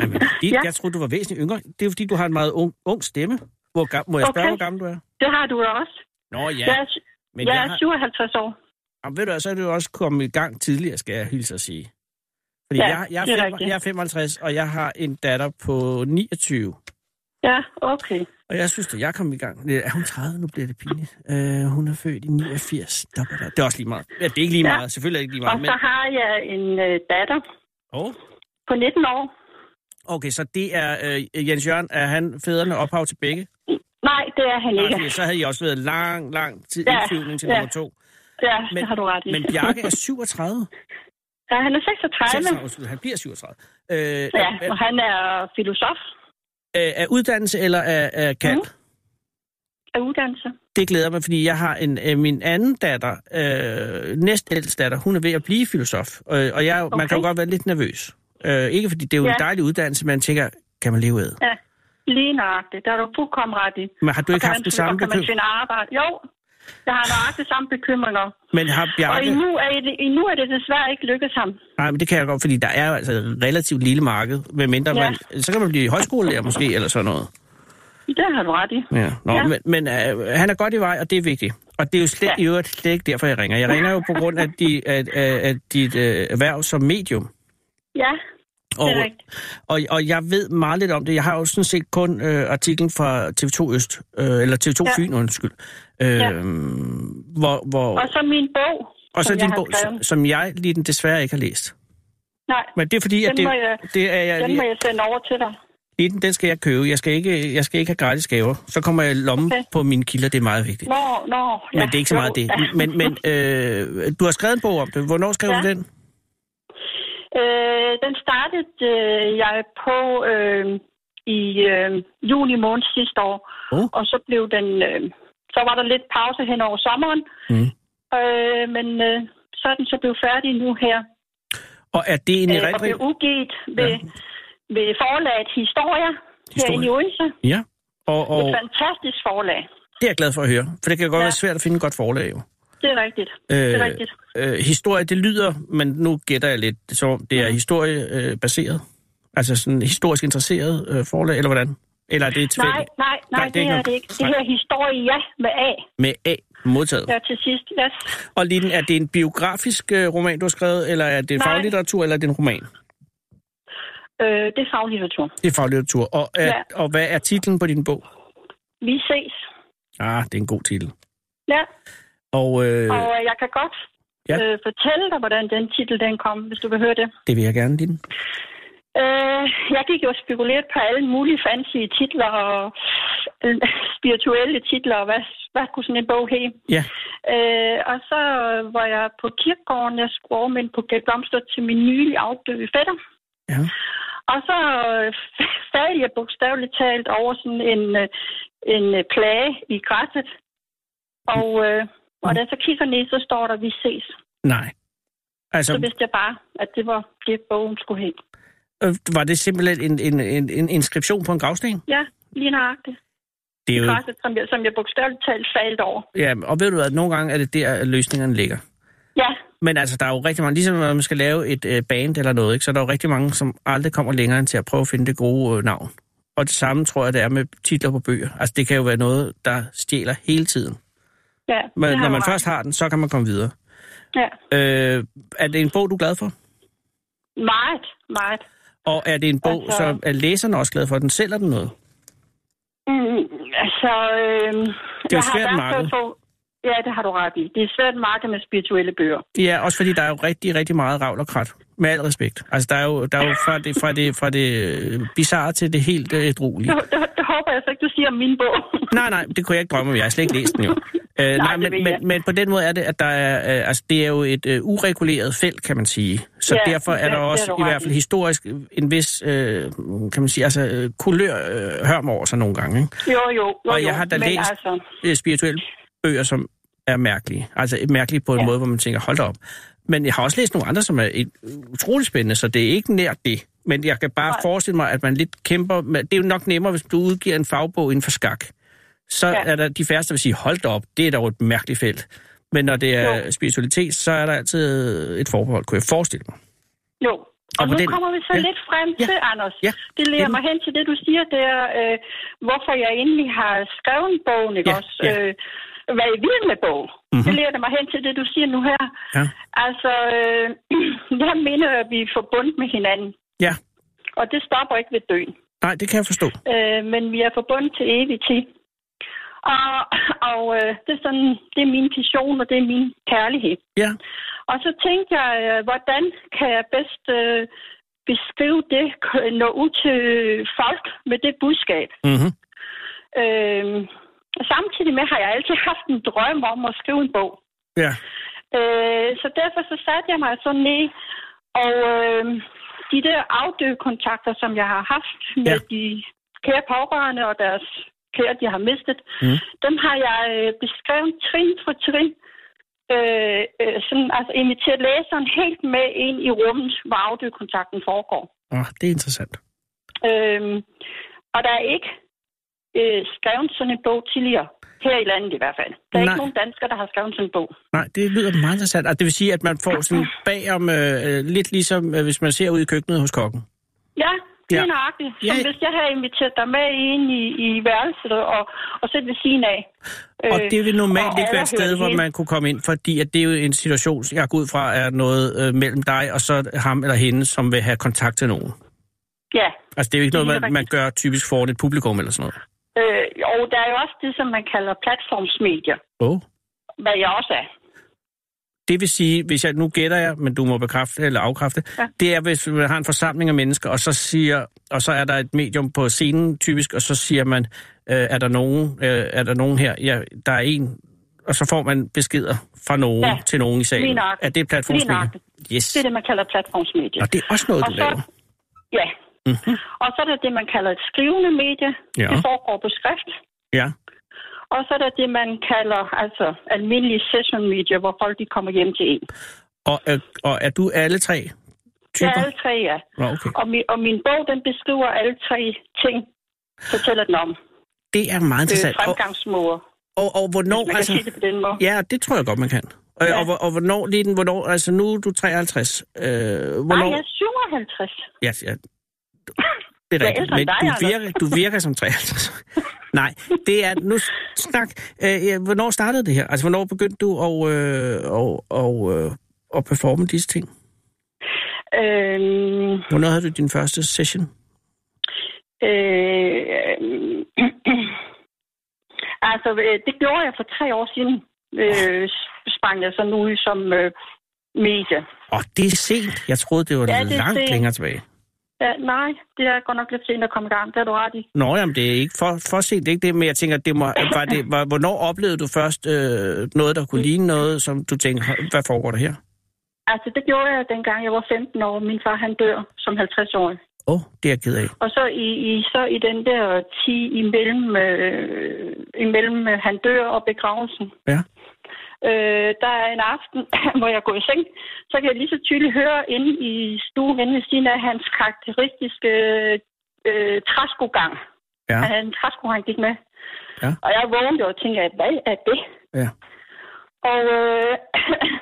Jamen, dit, ja.
Ja.
jeg troede, du var væsentligt yngre. Det er jo, fordi, du har en meget ung, ung stemme. Hvor gam, må jeg spørge,
Okay.
hvor gammel du er?
Det har du da også.
Nå
Ja.
ja,
Jeg,
ja
er,
men
jeg
jeg,
er
har,
57 år.
jamen, ved du, hvad, så er du jo også kommet i gang tidligere, skal jeg hilse at sige. Fordi
Ja,
ja, jeg, jeg, er
det er
fem,
rigtigt.
jeg er 55, og jeg har en datter på 29.
Ja, okay.
Og jeg synes, at jeg kom i gang. Øh, Er hun 30? Nu bliver det pinligt. Øh, hun er født i 89. Der, der, der. Det er også lige meget. Ja, det er ikke lige
Ja.
meget. Selvfølgelig er det ikke lige
Og
meget. Men...
så har jeg en øh, datter
Oh.
på 19 år.
Okay, så det er øh, Jens Jørgen. Er han fædrene ophav til begge?
Nej, det er han
Nej,
ikke.
fordi så havde I også været lang, lang tid
Ja,
indflyvning til
ja.
nummer to.
Ja,
men-
det har du ret i.
Men Bjarke er
*laughs*
37.
Ja, han er 36,
36 undskyld, han bliver 37. Øh, ja.
ja,
er,
og han er filosof
er, er uddannelse eller er, er kald? Mm.
Mhm. af uddannelse.
Det glæder mig, fordi jeg har en øh, min anden datter, øh, næstældste datter, hun er ved at blive filosof. Øh, og jeg, okay. man kan jo
Okay.
godt være lidt nervøs. Øh, ikke fordi det er jo ja. en
Ja.
dejlig uddannelse, man tænker, kan man leve af?
Lige nøjagtigt. Der er du fuldkommen ret i.
Men har du
Og
ikke
kan
haft
man-
den samme
og kan man
bekymring?
finde arbejde? Jo, jeg har nøjagtigt samme bekymringer.
Men har
Og
Bjarke...
endnu er, det, endnu er det desværre ikke lykkedes ham.
Nej, men det kan jeg godt, fordi der er jo altså et relativt lille marked, medmindre ja.
Ja.
man... Så kan man blive højskolelærer måske, eller sådan noget.
Det har du ret i.
Ja. Nå, ja.
Ja.
men, men øh, han er godt i vej, og det er vigtigt. Og det er jo slet, ja.
Ja.
i øvrigt slet ikke derfor, jeg ringer. Jeg ringer jo på grund af, de, at, af, af dit øh, erhverv som medium.
Ja,
Og,
det er rigtigt.
og, og jeg ved meget lidt om det. Jeg har jo sådan set kun øh, artiklen fra TV2 Øst, øh, eller TV2
Ja.
Fyn, undskyld. Øh,
Ja.
hvor, hvor,
Og så min bog.
og så
som jeg
din
har
bog, som,
skrevet.
som jeg lige den desværre ikke har læst.
Nej,
Men det er fordi, at
Den
det,
må jeg-
det er jeg...
den må jeg sende over til dig.
I den, den skal jeg købe. Jeg skal ikke, jeg skal ikke have gratis gaver. Så kommer jeg i lommen okay.
Okay.
på mine kilder. Det er meget vigtigt.
Nå, nå.
Men
ja,
det er ikke så
jo,
meget det.
ja.
Men, men øh, du har skrevet en bog om det. Hvornår skrev ja.
Ja.
du den?
Øh, den startede øh, jeg på øh, i øh, juni måned sidste år,
Oh.
og så blev den, øh, så var der lidt pause hen over sommeren,
Mm.
øh, men øh, så er den så blevet færdig nu her,
Og er det en
øh, og
erindring?
blev udgivet ved,
Ja.
ja. ved forlaget Historia, Historia. herinde i Odense.
Ja. Og,
Oh.
og
Et fantastisk forlag.
det er jeg glad for at høre. For det kan godt ja.
Ja.
være svært at finde et godt forlag, jo.
Det er rigtigt. Det er
Øh,
rigtigt.
øh, historie, det lyder, men nu gætter jeg lidt, som om
Mm.
det er historiebaseret. Altså sådan historisk interesseret øh, forlag, eller hvordan? Eller er det
Nej,
tilfældigt?
nej, nej, det, er det ikke. Det
Nej.
her historie, ja, med A,
Med A modtaget.
der til sidst. Yes.
Og Liden, er det en biografisk øh, roman, du har skrevet, eller er det
Nej.
faglitteratur, eller er det en roman?
Øh, det er faglitteratur.
Det er faglitteratur. Og, er, ja.
Ja.
og hvad er titlen på din bog?
Vi ses.
Ah, det er en god titel.
Ja.
Og øh,
Og øh, jeg kan godt
Ja.
ja. øh, fortælle dig, hvordan den titel den kom, hvis du vil høre det.
det vil jeg gerne, Liden.
Øh, jeg gik jo spekuleret på alle mulige fancy titler, og øh, spirituelle titler, og hvad, hvad kunne sådan en bog hedde?
Ja.
Øh, og så øh, var jeg på kirkegården, jeg skulle overmænde på Gæt Blomster til min nylig afdøde fætter.
Ja.
Og så øh, f- faldt jeg bogstaveligt talt over sådan en, øh, en øh, plage i græsset. Og, øh, og da jeg så kigger ned, så står der, vi ses.
Nej.
Så
Altså,
vidste jeg bare, at det var det, bogen skulle hen.
øh, var det simpelthen en, en, en, en inskription på en gravsten?
Ja, lige nøjagtigt.
Det er jo...
Græsset, som jeg, som jeg bogstaveligt talt faldt over.
Ja, og ved du at nogle gange er det der, at løsningerne ligger.
Ja,
Men altså, der er jo rigtig mange, ligesom når man skal lave et øh, band eller noget, ikke, så er der jo rigtig mange, som aldrig kommer længere end til at prøve at finde det gode øh, navn. Og det samme tror jeg, det er med titler på bøger. Altså, det kan jo være noget, der stjæler hele tiden.
ja. det
Men
har
når man
du ret.
først har den, så kan man komme videre.
Ja,
Øh, er det en bog, du er glad for?
meget, meget.
Og er det en bog, altså...
Altså-
så er læserne også glad for? Den sælger den noget?
Mm, altså, øh,
Det er jo svært marked.
Få, ja, det har du ret i. Det er et svært marked med spirituelle bøger.
Ja, også fordi der er jo rigtig, rigtig meget ravl og krat. Med al respekt. Altså, der er jo, der er jo fra, det, fra, det, fra det øh, bizarre til det helt øh, ædruelige.
Det, det, det håber jeg så ikke, du siger om min bog. *laughs*
Nej, nej, det kunne jeg ikke drømme om. Jeg har slet ikke læst den jo. Øh, nej,
det ved
men,
jeg.
men, men på den måde er det, at der er, øh, altså, det er jo et øh, ureguleret felt, kan man sige. Så
Ja,
derfor er
ja,
der
det er
også
du
i
ret
hvert fald
i.
historisk en vis, øh, kan man sige, altså øh, kulør øh, hørm over sig nogle gange. Ikke?
Jo, jo, jo,
Og
jo.
jeg har da
Men
læst-
Altså,
Øh, Spirituelle bøger, som er mærkelige. Altså mærkelige på en ja. måde, hvor man tænker, hold da op. Men jeg har også læst nogle andre, som er et, utrolig spændende, så det er ikke nært det. Men jeg kan bare
Nej.
forestille mig, at man lidt kæmper med... Det er jo nok nemmere, hvis du udgiver en fagbog inden for skak. Så ja.
Ja.
er der de færreste, der vil sige, hold da op, det er dog et mærkeligt felt. Men når det er jo.
Jo.
spiritualitet, så er der altid et forbehold, kunne jeg forestille mig.
jo. Og,
Og
og
på
nu
den-
kommer vi så
ja.
ja. lidt frem
Ja.
til, Anders.
Ja.
Det leder
Det-
mig hen til det, du siger, det er, øh, hvorfor jeg egentlig har skrevet bogen, ikke
Ja,
også?
ja. Mhm.
Øh, hvad jeg vil med bogen. Mm-hmm. Det leder det mig hen til det, du siger nu her.
Ja.
Altså, øh, *clears throat* jeg mener, at vi er forbundet med hinanden.
Ja,
Og det stopper ikke ved døden.
nej, det kan jeg forstå.
øh, men vi er forbundet til evigt tid. Og, *clears throat* og øh, det, er sådan, det er min passion, og det er min kærlighed.
Ja,
Og så tænkte jeg, øh, hvordan kan jeg bedst øh, beskrive det, k- nå ud til folk med det budskab.
mm-hmm.
Øh, samtidig med har jeg altid haft en drøm om at skrive en bog.
ja.
Øh, så derfor så satte jeg mig sådan ned, og øh, de der afdøde kontakter, som jeg har haft
Ja.
med ja. de kære pårørende og deres kære, de har mistet,
Mm.
mm. dem har jeg øh, beskrevet trin for trin, øh, øh, sådan, altså inviteret læseren helt med ind i rummet, hvor afdøde kontakten foregår.
Oh, det er interessant.
Øhm, og der er ikke øh, skrevet sådan en bog tidligere. Her i landet i hvert fald. Der
Nej.
er ikke nogen danskere, der har skrevet sådan en bog.
Nej, det lyder meget interessant. Og det vil sige, at man får sådan bagom, øh, øh, lidt ligesom øh, hvis man ser ud i køkkenet hos kokken.
Ja, det
Ja.
er nøjagtigt. Som
Ja.
ja. hvis jeg havde inviteret dig med ind i, i værelset og, og sætte ved siden af.
Og
Øh,
det vil normalt
og
ikke være et
overhøre
sted,
det
hvor
hele.
man kunne komme ind, fordi at det er jo en situation, jeg går ud fra, er noget øh, mellem dig og så ham eller hende, som vil have kontakt til nogen.
Ja.
Altså, det er jo ikke
Det er
noget,
helt
man, man gør typisk foran et publikum eller sådan noget.
Øh, og der er jo også det, som man kalder platformsmedier,
Oh.
hvad jeg også er.
Det vil sige, hvis jeg nu gætter jer, men du må bekræfte eller afkræfte, ja.
Ja.
det er, hvis man har en forsamling af mennesker, og så, siger, og så er der et medium på scenen typisk, og så siger man, øh, er, der nogen, øh, er der nogen her? Ja, der er en. Og så får man beskeder fra nogen ja.
Ja.
til nogen i
Lige
salen.
nøjagtigt.
Er det platformsmedier?
Lige nøjagtigt.
Yes.
Det er det, man kalder platformsmedier.
Og det er også noget,
Og
du
så-
laver.
Ja. Mm-hmm. Og så er der det, man kalder et skrivende medie.
Ja.
Det foregår på skrift.
Ja.
Og så er der det, man kalder altså almindelige session media, hvor folk de kommer hjem til en.
Og, øh, og er du alle tre
Det
typer?
er alle tre, ja.
Nå, okay.
Og min, og min bog, den beskriver alle tre ting, fortæller den om.
Det er meget
Øh,
interessant. Og,
fremgangsmåder.
og, og hvornår...
Man kan sige
Altså,
det på den måde.
ja, det tror jeg godt, man kan. Og,
Ja.
og, hvor- og hvornår, lige den, hvornår, altså nu er du 53. Øh, hvornår,
Nej, jeg er 57.
ja, ja. Det er
er
rigtigt,
ældre
men
end dig,
du
Anders.
virker, du virker som
*laughs*
53. Nej, det er... Nu s- snak. Øh, ja, hvornår startede det her? Altså, hvornår begyndte du at, øh, og, og, øh, at performe disse ting?
Øhm,
Hvornår havde du din første session?
øh, *clears throat* altså, øh, det gjorde jeg for tre år siden. Øh, sprang jeg sådan ud som øh, medie.
Og det er sent. Jeg troede, det var
Ja,
ja,
det er
langt
sent.
længere tilbage.
Ja, nej, det er godt nok lidt sent at komme i gang. Det har du ret i.
Nå, jamen, det er ikke for, for sent, det er ikke det, men jeg tænker, det må, var det, var, hvornår oplevede du først øh, noget, der kunne ligne noget, som du tænkte, "Hå, hvad foregår der her?
Altså, det gjorde jeg dengang jeg var 15 år. Min far, han dør som 50-årig.
Åh, oh, det er jeg ked af.
Og så i, i, så i den der 10 imellem, øh, imellem øh, han dør og begravelsen,
Ja.
øh, der er en aften, *clears throat* hvor jeg går i seng, så kan jeg lige så tydeligt høre inde i stuen, inde ved siden af hans karakteristiske øh, træskogang.
Ja.
Ja. Han havde en træsko, han gik med.
Ja.
Og jeg vågnede og tænkte, at hvad er det?
Ja.
Og øh, *clears throat*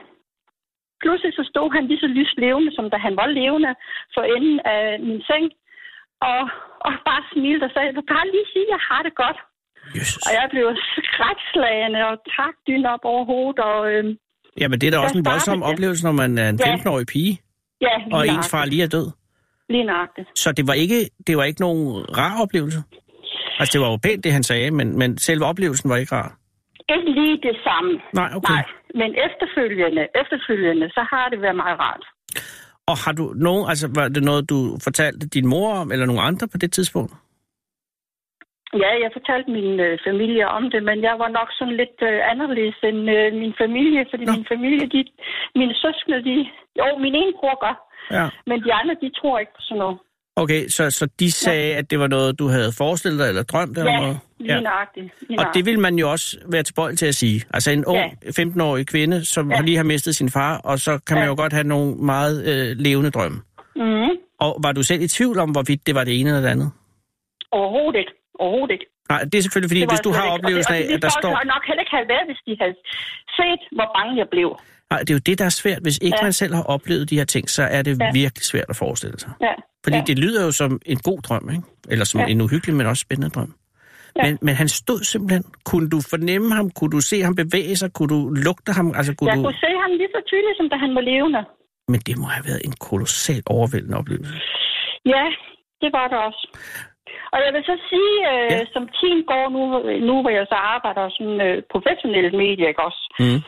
pludselig så stod han lige så lyst levende, som da han var levende, for enden af min seng. Og, og bare smilte og sagde, du kan bare lige sige, at jeg har det godt.
Jesus.
Og jeg blev skrækslagende og trak dyn op over hovedet. Og, øh,
Jamen, det er da også en
startede
voldsom
det.
oplevelse, når man er en
Ja.
15-årig pige,
ja,
og
lige
ens far lige er død.
Lige nøjagtigt.
Så det var ikke, det var ikke nogen rar oplevelse? Altså, det var jo pænt, det han sagde, men, men selve oplevelsen var ikke rar.
Ikke lige det samme.
Nej, okay.
Nej, men efterfølgende, efterfølgende, så har det været meget rart.
Og har du nogen, altså, var det noget, du fortalte din mor om, eller nogen andre på det tidspunkt?
Ja, jeg fortalte min øh, familie om det, men jeg var nok sådan lidt øh, anderledes end øh, min familie, fordi
Nå.
Nå. min familie, de, mine søskende, de... Jo, min ene bror gør,
Ja.
men de andre, de tror ikke på sådan noget.
Okay, så, så de sagde, at det var noget, du havde forestillet dig, eller drømt eller
Ja,
noget?
lige nøjagtigt. Lige
Og det
nøjagtigt.
vil man jo også være tilbøjelig til at sige. Altså en ung,
Ja.
15-årig kvinde, som ja. lige har mistet sin far, og så kan man
Ja.
jo godt have nogle meget øh, levende drømme.
Mhm.
Og var du selv i tvivl om, hvorvidt det var det ene eller det andet?
Overhovedet ikke. Overhovedet ikke.
Nej, det er selvfølgelig, fordi
Det var
hvis du
jeg
har
slet ikke.
oplevelsen
Og
af,
det- og det
at der
ville folk
står...
nok heller ikke have været, hvis de havde set, hvor bange jeg blev.
Nej, det er jo det, der er svært. Hvis ikke ja.
Ja.
man selv har oplevet de her ting, så er det ja.
Ja.
virkelig svært at forestille sig.
Ja.
Fordi ja.
ja.
det lyder jo som en god drøm, ikke? Eller som ja.
Ja.
en uhyggelig, men også spændende drøm. Ja.
Ja.
Men, men han stod simpelthen... Kunne du fornemme ham? Kunne du se ham bevæge sig? Kunne du lugte ham? Altså, kunne
Jeg
du...
kunne se ham lige så tydeligt, som da han var levende.
Men det må have været en kolossal overvældende oplevelse.
Ja, det var det også. Og jeg vil så sige, øh,
Ja.
ja. som tiden går nu, nu hvor jeg så arbejder som øh, professionel medie, ikke også?
Mm.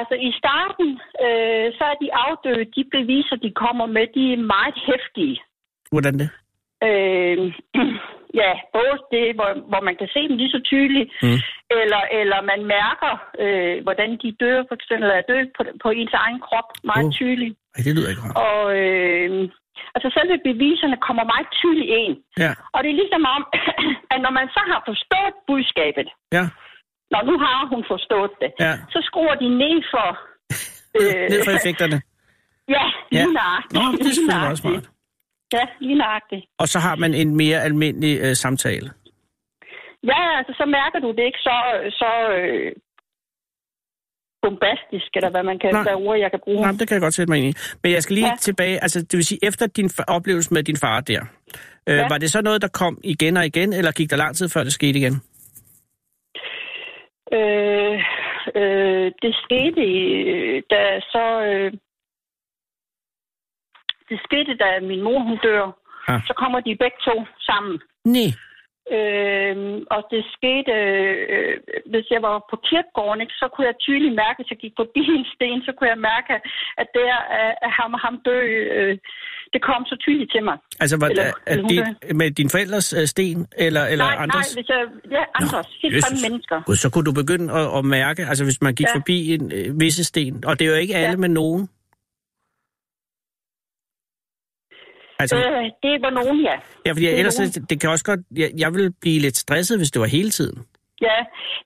Altså i starten, øh, så er de afdøde, de beviser, de kommer med, de er meget hæftige.
Hvordan det?
Øh, *clears throat* ja, både det, hvor, hvor man kan se dem lige så tydeligt,
Mm.
mm. eller, eller man mærker, øh, hvordan de dør, for eksempel, eller er død på, på ens egen krop meget
Uh.
uh. tydeligt.
Ej, det lyder ikke rart.
Og øh, altså selve beviserne kommer meget tydeligt ind.
Ja,
Og det er ligesom om, *clears throat* at når man så har forstået budskabet,
ja,
når nu har hun forstået det,
ja.
så skruer de ned for...
*laughs* Ned, ned for effekterne.
*laughs* ja,
Ja.
lige nøjagtigt.
Nå, men *laughs* det er
Lige
selvfølgelig også
nøjagtigt.
smart.
Ja, lige nøjagtigt.
Og så har man en mere almindelig øh, samtale.
Ja, altså så mærker du det ikke så, så øh, bombastisk, eller hvad man kan,
Nej.
hvad ord jeg kan bruge.
Nå, det kan jeg godt sætte mig ind i. Men jeg skal lige ja.
Ja.
tilbage, altså det vil sige, efter din fa- oplevelse med din far der, øh, ja.
Ja.
var det så noget, der kom igen og igen, eller gik der lang tid før det skete igen?
Øh, øh, det skete, øh, da så... Øh, det skete, da min mor hun dør.
Ja.
Ja. Så kommer de begge to sammen.
Nej.
Øh, og det skete, øh, hvis jeg var på kirkegården, ikke, så kunne jeg tydeligt mærke, at jeg gik forbi en sten, så kunne jeg mærke, at der er- er ham og ham dø. Øh, det kom så tydeligt til mig.
Altså var,
Eller-
er, er
eller hun
din, med din forældres øh, sten, eller, eller
nej,
andres?
nej, hvis jeg, ja, andres. helt
Jesus.
fremmede mennesker.
Gud, så kunne du begynde at, at mærke, altså hvis man gik ja.
Ja.
forbi en øh, visse sten, og det er jo ikke alle, ja.
Ja.
men nogen. Altså, øh,
Øh, det var nogen, ja.
ja, fordi
det er
ellers,
nogen.
det, det kan også godt, jeg, jeg ville blive lidt stresset, hvis det var hele tiden.
Ja,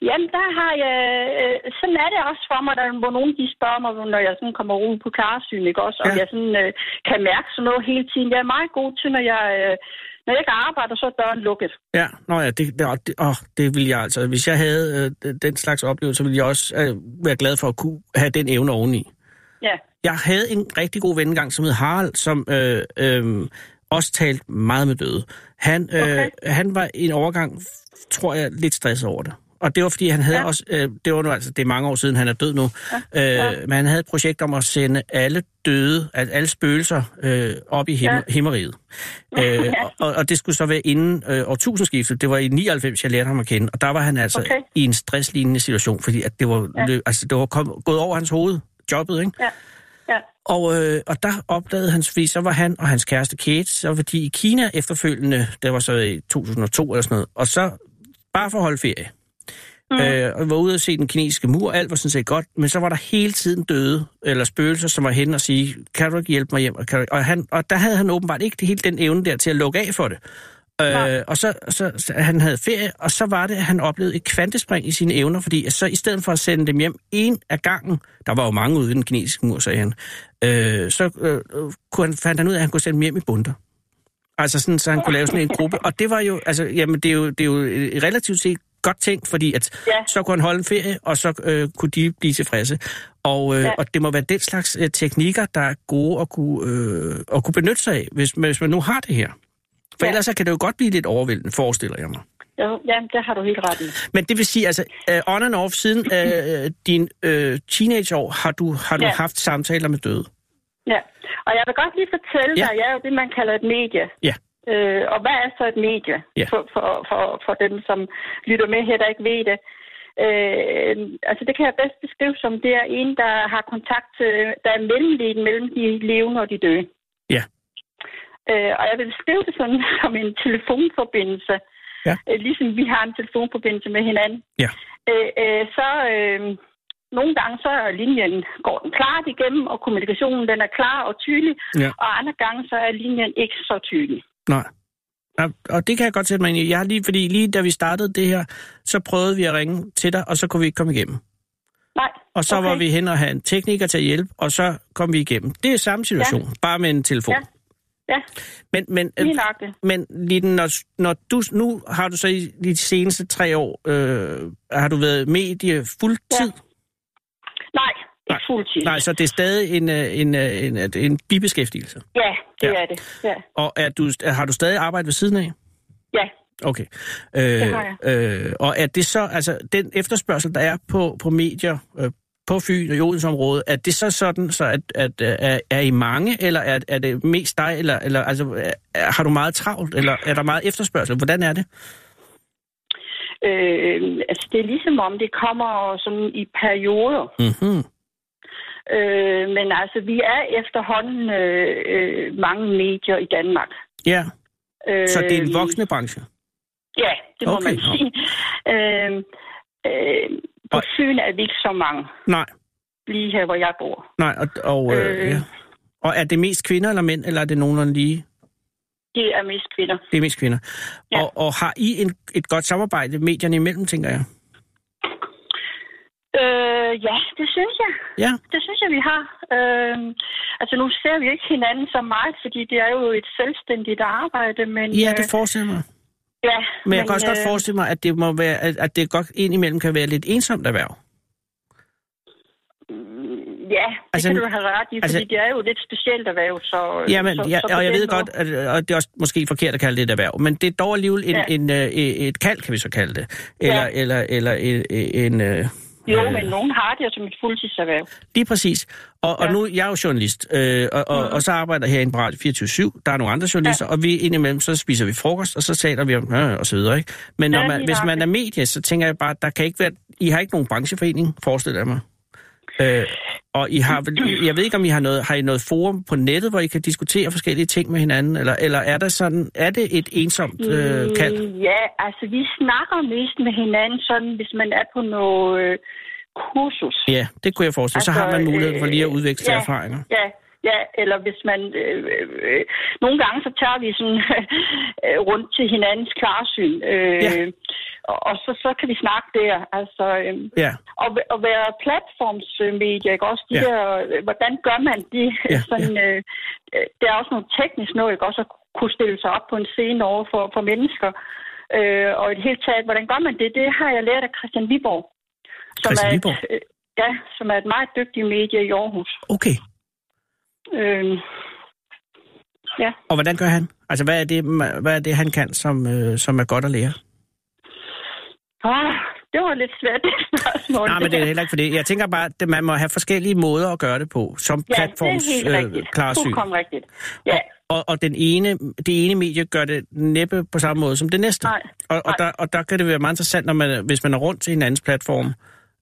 jamen der har jeg, øh, sådan er det også for mig, der, hvor nogen de spørger mig, når jeg sådan kommer ud på klarsyn, ikke også? Og
Ja.
ja. jeg sådan øh, kan mærke sådan noget hele tiden. Jeg er meget god til, når jeg, øh, når jeg ikke arbejder, så er døren lukket.
Ja, nå ja, det, det, åh, det, åh, det ville jeg altså. Hvis jeg havde øh, den slags oplevelse, ville jeg også øh, være glad for at kunne have den evne oveni.
Ja,
Jeg havde en rigtig god ven engang, som hed Harald, som øh, øh, også talte meget med døde. Han, øh, okay.
Okay.
han var i en overgang, tror jeg, lidt stresset over det. Og det var, fordi han havde ja.
Ja.
også... Øh, det var nu altså... Det er mange år siden, han er død nu. Ja. Øh, Men han havde et projekt om at sende alle døde, al- alle spøgelser, øh, op i him- ja.
Ja.
himmeriget. *laughs* Øh, og, og det skulle så være inden øh, årtusindskiftet. Det var i 99, jeg lærte ham at kende. Og der var han altså okay.
Okay.
i en stresslignende situation, fordi at det var, ja. altså, det var kom, gået over hans hoved, jobbet, ikke?
ja, Ja.
Og, øh, og der opdagede han, fordi så var han og hans kæreste Kate, så var de i Kina efterfølgende, det var så i 2002 eller sådan noget, og så bare for at holde ferie. Mm. Øh, og var ude og se den kinesiske mur, alt var sådan set godt, men så var der hele tiden døde, eller spøgelser, som var hen og sige, kan du ikke hjælpe mig hjem? Og, kan du... ikke?" og, han, og der havde han åbenbart ikke det- helt den evne der til at lukke af for det. Øh, og så, så, så han havde ferie, og så var det, at han oplevede et kvantespring i sine evner, fordi så i stedet for at sende dem hjem en af gangen, der var jo mange ude i den kinesiske mur, sagde han, øh, så øh, kunne han, fandt han ud af, at han kunne sende dem hjem i bunter. Altså sådan, så han kunne lave sådan en gruppe. Og det var jo, altså, jamen, det er jo, det er jo et relativt set godt ting, fordi at
Ja.
så kunne han holde en ferie, og så øh, kunne de blive tilfredse. Og, øh, ja.
Ja.
og det må være den slags øh, teknikker, der er gode at kunne, øh, at kunne benytte sig af, hvis, hvis man nu har det her. For ja.
Ja.
ellers så kan det jo godt blive lidt overvældende, forestiller jeg mig.
Jo, jamen, det har du helt ret i.
Men det vil sige, altså, uh, on and off, siden uh, din uh, teenageår, har du, har du ja.
Ja.
haft samtaler med døde?
Ja, og jeg vil godt lige fortælle
Ja.
dig, at jeg er jo det, man kalder et medie.
Ja.
Øh, og hvad er så et medie
Ja.
for, for, for, for dem, som lytter med her, der ikke ved det? Øh, altså det kan jeg bedst beskrive som, det er en, der har kontakt, øh, der er mellemliggen mellem de levende og de døde.
Ja.
Øh, og jeg vil beskrive det sådan, *laughs* som en telefonforbindelse.
Ja.
Øh, ligesom vi har en telefonforbindelse med hinanden.
Ja.
Øh, øh, så... Øh, nogle gange så er linjen, går den klart igennem, og kommunikationen den er klar og tydelig,
Ja.
og andre gange så er linjen ikke så tydelig.
Nej. Og, og det kan jeg godt sætte mig ind i. Jeg har lige, fordi lige da vi startede det her, så prøvede vi at ringe til dig, og så kunne vi ikke komme igennem.
Nej,
Og så okay.
Okay.
var vi hen og havde en tekniker til at hjælpe, og så kom vi igennem. Det er samme situation, ja. bare med en telefon. Ja.
Ja. ja,
Men, men, øh,
lige nok det.
men Liden, når, når du, nu har du så i de seneste tre år, øh, har du været medie fuldtid? Ja.
Nej, ikke fuldtid.
Nej, så det er stadig en, øh, en, øh, en, en, en bibeskæftigelse.
Ja, det
Ja.
ja. er det. Ja,
Og er du, har du stadig arbejde ved siden af?
ja.
Okay. Øh,
har
øh, og er det så, altså den efterspørgsel, der er på, på medier øh, på Fyn og i Odensområdet, er det så sådan, så at, at, øh, er, er I mange, eller er, er det mest dig, eller, eller altså, er- er, har du meget travlt, eller er der meget efterspørgsel? Hvordan er det?
Øh, altså det er ligesom om, det kommer sådan i perioder.
Mm-hmm.
Øh, men altså, vi er efterhånden øh, øh, mange medier i Danmark.
Ja,
Øh,
så det er en voksende branche.
Ja, det må
Okay,
okay. man
nå.
sige. Øh, øh, på
Og-
Fyn er vi ikke så mange,
Nej,
lige her, hvor jeg bor.
nej, og, og, øh,
Øh.
ja. og er det mest kvinder eller mænd, eller er det nogenlunde lige?
Det er mest kvinder.
Det er mest kvinder. Ja.
Ja.
Og, og har I en, et godt samarbejde medierne imellem, tænker jeg?
Øh, ja, det synes jeg.
Ja,
Det synes jeg, vi har. Øh, altså, nu ser vi ikke hinanden så meget, fordi det er jo et selvstændigt arbejde, men...
ja
øh,
det forestiller mig.
ja
Men, jeg kan også godt
øh,
forestille mig, at det, må være, at, at det godt indimellem kan være lidt ensomt erhverv.
Ja, det
Altså,
altså, kan du have ret i,
altså-
fordi det er jo et lidt specielt erhverv, så...
Jamen,
så,
ja,
så på
og jeg
den
ved
måde-
godt, at, og det er også måske forkert at kalde det et erhverv, men det er dog alligevel en, ja.
Ja.
en, øh, et kald, kan vi så kalde det. Eller, ja.
Ja.
eller, eller en, en, øh,
Jo, men nogen har det jo som et fuldtidserhverv.
Lige præcis. Og, og
Ja. Mm-hmm.
nu, jeg er jo journalist, øh, og, og, og så arbejder jeg herinde på Radio 24-7. Der er nogle andre journalister, ja. og vi indimellem, så spiser vi frokost, og så taler vi om, øh, og så videre, ikke? Men når
Ja,
man,
lige
hvis man
nøjagtigt.
er medie, så tænker jeg bare, der kan ikke være... I har ikke nogen brancheforening, forestiller jeg mig. Øh, og I har vel, jeg ved ikke, om I har noget, har I noget forum på nettet, hvor I kan diskutere forskellige ting med hinanden, eller, eller er der sådan, er det et ensomt øh, kald?
Mm, Ja, altså, vi snakker mest med hinanden sådan, hvis man er på noget øh, kursus.
Ja, det kunne jeg forestille. Så
Altså,
har man mulighed
øh,
for lige at udveksle
ja.
erfaringer.
Ja, ja eller hvis man... Øh, øh, øh, nogle gange, så tager vi sådan *laughs* øh, rundt til hinandens klarsyn. Øh,
Ja.
og, og så, så kan vi snakke der. Altså, øh,
Ja.
og, væ- og være platformsmedier, ikke også? De
Ja.
ja. der, øh, hvordan gør man det?
Ja,
Ja, sådan, ja. Øh, øh, det er også noget teknisk noget, ikke også? At kunne stille sig op på en scene over for, for mennesker. Øh, og i det hele taget, hvordan gør man det? Det har jeg lært af Christian Viborg.
Christian
er
Viborg?
Et, øh, ja, som er et meget dygtigt medie i Aarhus.
Okay.
Øh, ja.
Og hvordan gør han? Altså, hvad er det, ma- hvad er det han kan, som, øh, som er godt at lære?
Ah, det var lidt svært, *laughs* det spørgsmål.
Nej, men det er heller ikke for det. Jeg tænker bare, at man må have forskellige måder at gøre det på, som
ja,
platforms
det er helt rigtigt.
øh, klarsyn.
Fuldkommen rigtigt. Ja,
Og, og den ene, det ene medie gør det næppe på samme måde som det næste.
Nej,
og, og,
nej.
Der, og der kan det være meget interessant, når man, hvis man er rundt til hinandens platform,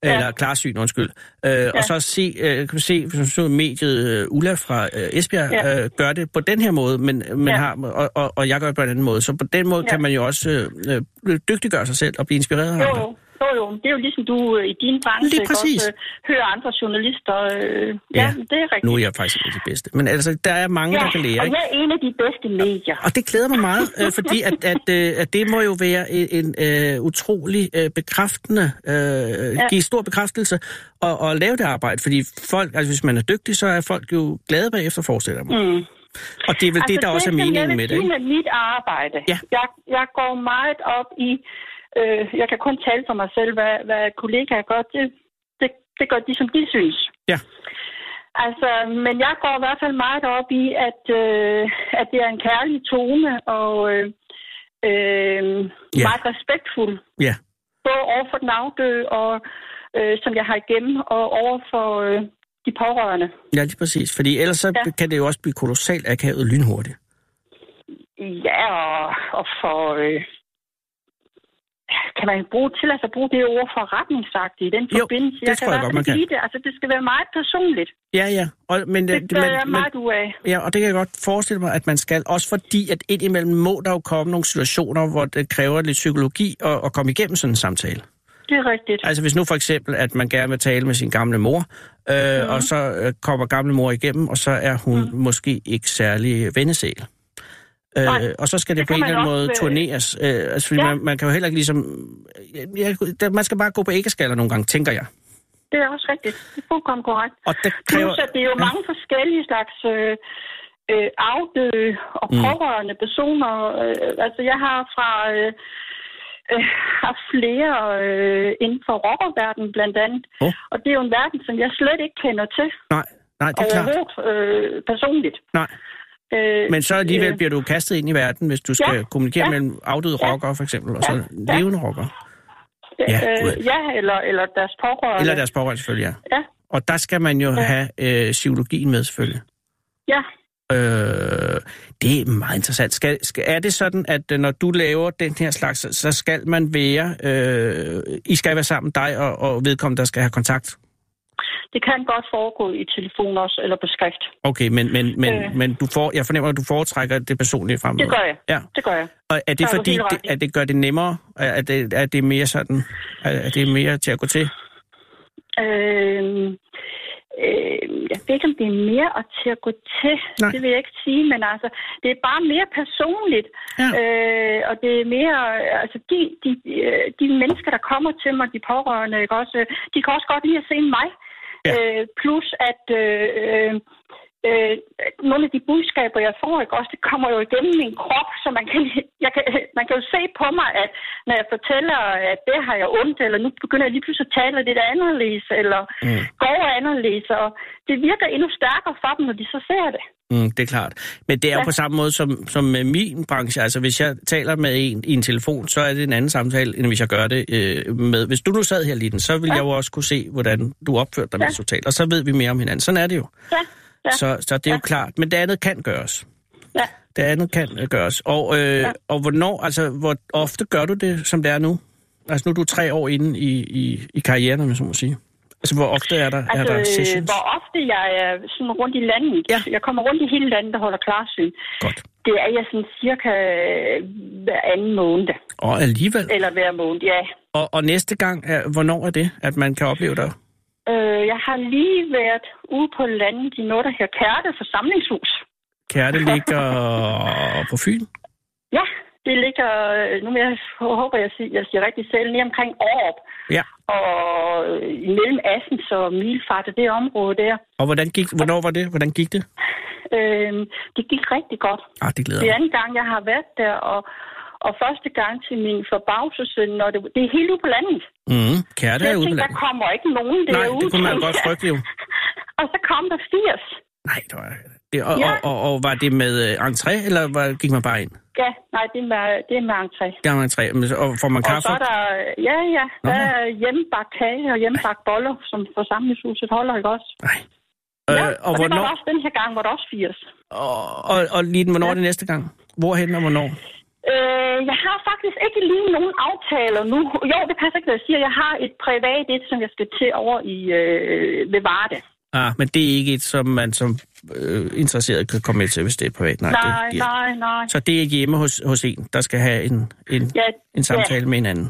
Ja. Eller klarsyn, undskyld. Øh, ja. Og så se, øh, kan vi se, hvis man så mediet øh, Ulla fra øh, Esbjerg ja. øh, gør det på den her måde, men, men ja.
Ja.
har, og, og, og jeg gør det på en anden måde. Så på den måde ja.
Ja.
kan man jo også øh, øh, dygtiggøre sig selv og blive inspireret af andre.
Jo, jo, jo. Det er jo ligesom du øh, i din branche
Lige
ikke
præcis.
også øh, hører andre journalister. Øh, ja.
Ja.
ja, det er rigtigt.
Nu er jeg faktisk ikke de bedste. Men altså, der er mange, ja. der kan lære,
og
ikke?
jeg er en af de bedste medier.
Og det glæder mig meget, øh, fordi at, at, øh, at det må jo være en, en øh, utrolig øh, bekræftende, øh, ja. give stor bekræftelse og, og lave det arbejde. Fordi folk, altså hvis man er dygtig, så er folk jo glade bagefter, forestiller jeg mig.
Mm.
Og det er vel altså, det, der også er
som jeg
meningen
vil
med det.
sige
Ikke?
med mit arbejde.
Ja.
Jeg, jeg går meget op i, øh, jeg kan kun tale for mig selv, hvad, hvad kollegaer gør. Det, det, det gør de, som de synes.
Ja.
Altså, men jeg går i hvert fald meget op i, at, øh, at det er en kærlig tone og øh,
Ja.
øh, ja. meget respektfuld.
Ja.
Både over for den afdøde, og, øh, som jeg har igennem, og over for øh, de pårørende.
Ja, lige præcis. Fordi ellers så ja.
Ja.
kan det jo også blive kolossalt akavet lynhurtigt.
Ja, og, og for... Øh, kan man bruge til altså bruge det ord for retningsagtigt i den
Jo,
forbindelse?
det tror jeg
i
godt,
hvert
man
fald
kan.
sige Det. Altså, det skal være meget personligt.
Ja, ja. Og, men,
Det,
øh,
det gør jeg
men, men,
meget ud af.
ja, og det kan jeg godt forestille mig, at man skal. Også fordi, at indimellem må der jo komme nogle situationer, hvor det kræver lidt psykologi at, at komme igennem sådan en samtale.
Det er rigtigt.
Altså hvis nu for eksempel, at man gerne vil tale med sin gamle mor, øh,
Mhm.
mm. og så øh, kommer gamle mor igennem, og så er hun mm. måske ikke særlig vennesæl. Øh,
Nej,
og så skal det, det
det
på en
kan man
eller anden måde
også, øh,
turneres. Øh, altså, fordi ja.
ja.
man, man kan jo heller ikke ligesom... Jeg, jeg, man skal bare gå på æggeskaller nogle gange, tænker jeg.
Det er også rigtigt. Det er fuldkommen korrekt.
Og det kræver...
Plus, at det er jo mange forskellige slags øh, øh, afdøde og
Mm.
pårørende personer. Øh, altså, jeg har fra... Øh, øh, har flere øh, inden for rockerverdenen blandt andet.
Åh.
Og det er jo en verden, som jeg slet ikke kender til.
Nej, nej, det er klart.
overhovedet øh, personligt.
Nej.
Øh,
Men så alligevel
øh,
bliver du kastet ind i verden, hvis du skal ja.
Ja,
kommunikere ja.
ja,
mellem afdøde
ja,
rockere for eksempel, og så
ja, ja.
levende rockere. ja,
ja,
gud.
øh, ja eller, eller deres pårørende.
Eller deres pårørende selvfølgelig, ja.
Ja,
Og der skal man jo ja.
Ja.
have øh, psykologien med selvfølgelig.
ja.
Øh, det er meget interessant. Skal, skal, er det sådan, at øh, når du laver den her slags, så- så skal man være... Øh, I skal være sammen, dig og, og vedkommende, der skal have kontakt?
Det kan godt foregå i telefon også, eller på skrift.
Okay, men, men, men, øh.
Øh.
men du for, jeg fornemmer, at du foretrækker det personlige frem.
Det gør jeg.
Ja.
Det gør jeg.
Og er det
Så er du
fordi,
helt
det,
ret i.
at det gør det nemmere? Er er det, er det mere sådan... Er er det mere til at gå til?
Øh, øh, jeg ved ikke, om det er mere at til at gå til.
Nej.
Det vil jeg ikke sige, men altså, det er bare mere personligt.
Ja.
Øh, og det er mere, øh, altså de, de, øh, de mennesker, der kommer til mig, de pårørende, ikke også, øh, de kan også godt lide at se mig.
Ja.
Øh, plus at øh, øh, øh, nogle af de budskaber, jeg får, ikke også, det kommer jo igennem min krop, så man kan, jeg kan, man kan jo se på mig, at når jeg fortæller, at det har jeg ondt, eller nu begynder jeg lige pludselig at tale lidt anderledes, eller
Mm.
mm. går anderledes, og det virker endnu stærkere for dem, når de så ser det.
Mm, det er klart. Men det er jo
Ja.
på samme måde som, som med min branche. Altså, hvis jeg taler med en i en telefon, så er det en anden samtale, end hvis jeg gør det øh, med... Hvis du nu sad her, Liden, så ville ja. jeg jo også kunne se, hvordan du opførte dig, ja. mens du talte. Og så ved vi mere om hinanden. Sådan er det jo.
Ja, ja,
Så, så det er jo klart. Men det andet kan gøres.
ja.
Det andet kan øh, gøres. Og, øh, ja. og hvornår, altså, hvor ofte gør du det, som det er nu? Altså, nu er du tre år inde i, i, i karrieren, om jeg så må sige. Altså, hvor ofte er der, er der
Altså, øh,
sessions?
hvor ofte jeg er sådan rundt i landet.
Ja.
Jeg kommer rundt i hele landet og holder klarsyn.
Godt.
Det er jeg sådan cirka øh, hver anden måned.
Og alligevel.
Eller hver måned, ja.
Og, og næste gang, er, hvornår er det, at man kan opleve dig?
Øh, jeg har lige været ude på landet i noget, der hedder Kærte Forsamlingshus.
Kærte ligger på Fyn.
Ja, det ligger, øh, nu jeg håber jeg, sig- jeg siger rigtig selv, lige omkring Aarup.
Ja.
Og øh, imellem Assens og Milfart og det område der.
Og hvordan gik, hvornår var det? Hvordan gik det?
Øh, det gik rigtig godt.
Ah, det glæder
Det er
mig.
anden gang, jeg har været der, og, og første gang til min forbavselse, når det, det er helt ude på landet.
Mm, Kærte er
jeg
ude på
tænkte,
landet.
der kommer ikke nogen
Nej,
derude.
det kunne man jo
tænkte
godt
jeg.
frygte jo.
*laughs* Og så kom der 80.
Nej, det var... Det, og,
Ja.
og, og, og, var det med øh, entré, eller var, gik man bare ind?
Ja, nej, det er med, det er med entré.
Der var entré, men så- og får man
Og
kaffe?
så er der, ja, ja,
Nå.
der er hjemmebagt kage og hjemmebagt boller, som forsamlingshuset holder, ikke også?
Nej. Øh,
ja, og,
og,
det var
hvornår,
der også den her gang, hvor der også 80.
og, og, og lige hvornår er det næste gang? Hvorhen og hvornår?
Øh, Øh, jeg har faktisk ikke lige nogen aftaler nu. Jo, det passer ikke, hvad jeg siger. Jeg har et privat et, som jeg skal til over i øh, ved Varde.
Ah, men det er ikke et, som man som øh, interesseret kan komme med til, hvis det er privat. Nej,
Nej,
det giver.
nej, nej.
Så det er ikke hjemme hos, hos en, der skal have en, en,
Ja,
en samtale med hinanden.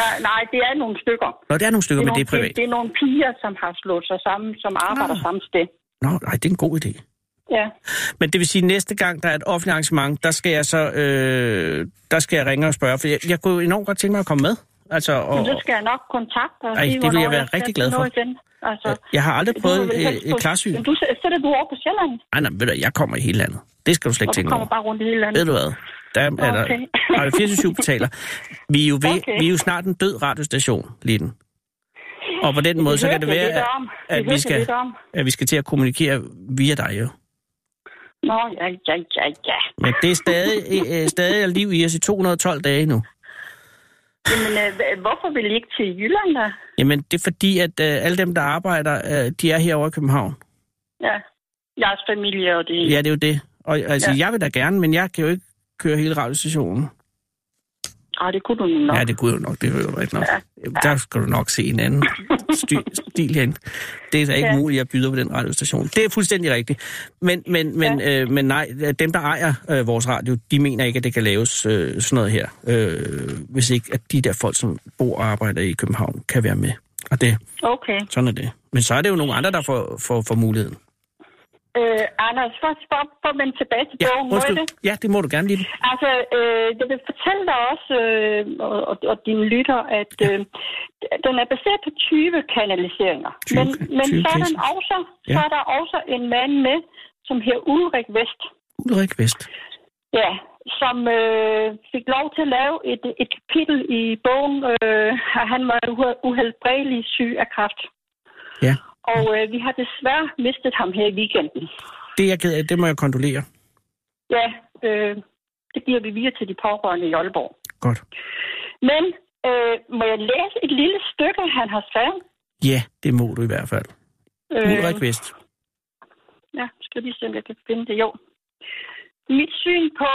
Nej, nej, det er nogle stykker.
Nå, der er nogle stykker, men det
nogle,
er privat.
Det, det er nogle piger, som har slået sig sammen, som arbejder
Nå.
samme sted.
Nå, nej, det er en god idé.
Ja.
Men det vil sige, at næste gang, der er et offentligt arrangement, der skal jeg så øh, der skal jeg ringe og spørge, for jeg, jeg kunne jo enormt godt tænke mig at komme med. Altså, og,
Men så skal jeg nok kontakte og
Ej,
sige,
det vil jeg
hvornår
være
skal
rigtig glad
nå
for.
Igen. Altså,
jeg har aldrig
du
prøvet
vil
øh,
helst
et
på-
klarsyn.
Men Du, sæt- sætter du over på Sjælland,
Nej, nej, ved du, jeg kommer i hele landet. Det skal du slet
og
ikke
du
tænke
kommer
over.
bare rundt i hele
Ved
landet.
du hvad? Der er, okay. er der,
Okay.
der er 24 betaler. Vi er, jo ved, okay.
Okay.
vi er jo snart en død radiostation, Litten. Og på den måde, så kan det
hørte jeg
være,
lidt
at,
om. Det
at,
hørte
vi
jeg
skal,
lidt om.
at vi skal til at kommunikere via dig jo.
Nå, ja, ja, ja, ja.
Men det er stadig, øh, stadig er liv i os i 212 dage nu.
Jamen, øh, hva- hvorfor vil I ikke til Jylland, da?
Jamen, det er fordi, at øh, alle dem, der arbejder, øh, de er herovre i København.
Ja. Jeres familie og det.
Ja, det er jo det. Og altså, ja.
Ja.
jeg vil da gerne, men jeg kan jo ikke køre hele radiostationen.
Ej, det kunne du nu nok.
Ja, det kunne jeg jo nok. Det er jo rigtigt nok. Der skal du nok se en anden sty- stil hen. Det er da ikke ja.
Ja.
muligt, at jeg byder på den radiostation. Det er fuldstændig rigtigt. Men, men, men, ja. øh, men nej, dem, der ejer øh, vores radio, de mener ikke, at det kan laves øh, sådan noget her. Øh, hvis ikke, at de der folk, som bor og arbejder i København, kan være med. Og det,
Okay.
sådan er det. Men så er det jo nogle andre, der får, får, får muligheden.
Øh, Anders, for, for, for at vende tilbage til
Ja,
bogen, må jeg
undskyld.
det?
Ja, det må du gerne lide.
Altså, øh, jeg vil fortælle dig også, øh, og, og, og dine lytter, at øh, den er baseret på 20 kanaliseringer.
20
men men
20
så, er den
cases.
også,
Ja.
så er der også en mand med, som hedder Ulrik Vest.
Ulrik Vest.
Ja, som øh, fik lov til at lave et, et kapitel i bogen, øh, at han var uhe- uheldbredelig syg af kræft.
Ja.
Og øh, vi har desværre mistet ham her i weekenden.
Det er jeg ked af. Det må jeg kondolere.
Ja, øh, det giver vi videre til de pårørende i Aalborg.
Godt.
Men øh, må jeg læse et lille stykke, han har skrevet? Øh,
Ja, det må du i hvert fald. Ulrik Vest.
ja, skal jeg lige se, om jeg kan finde det. Jo. Mit syn på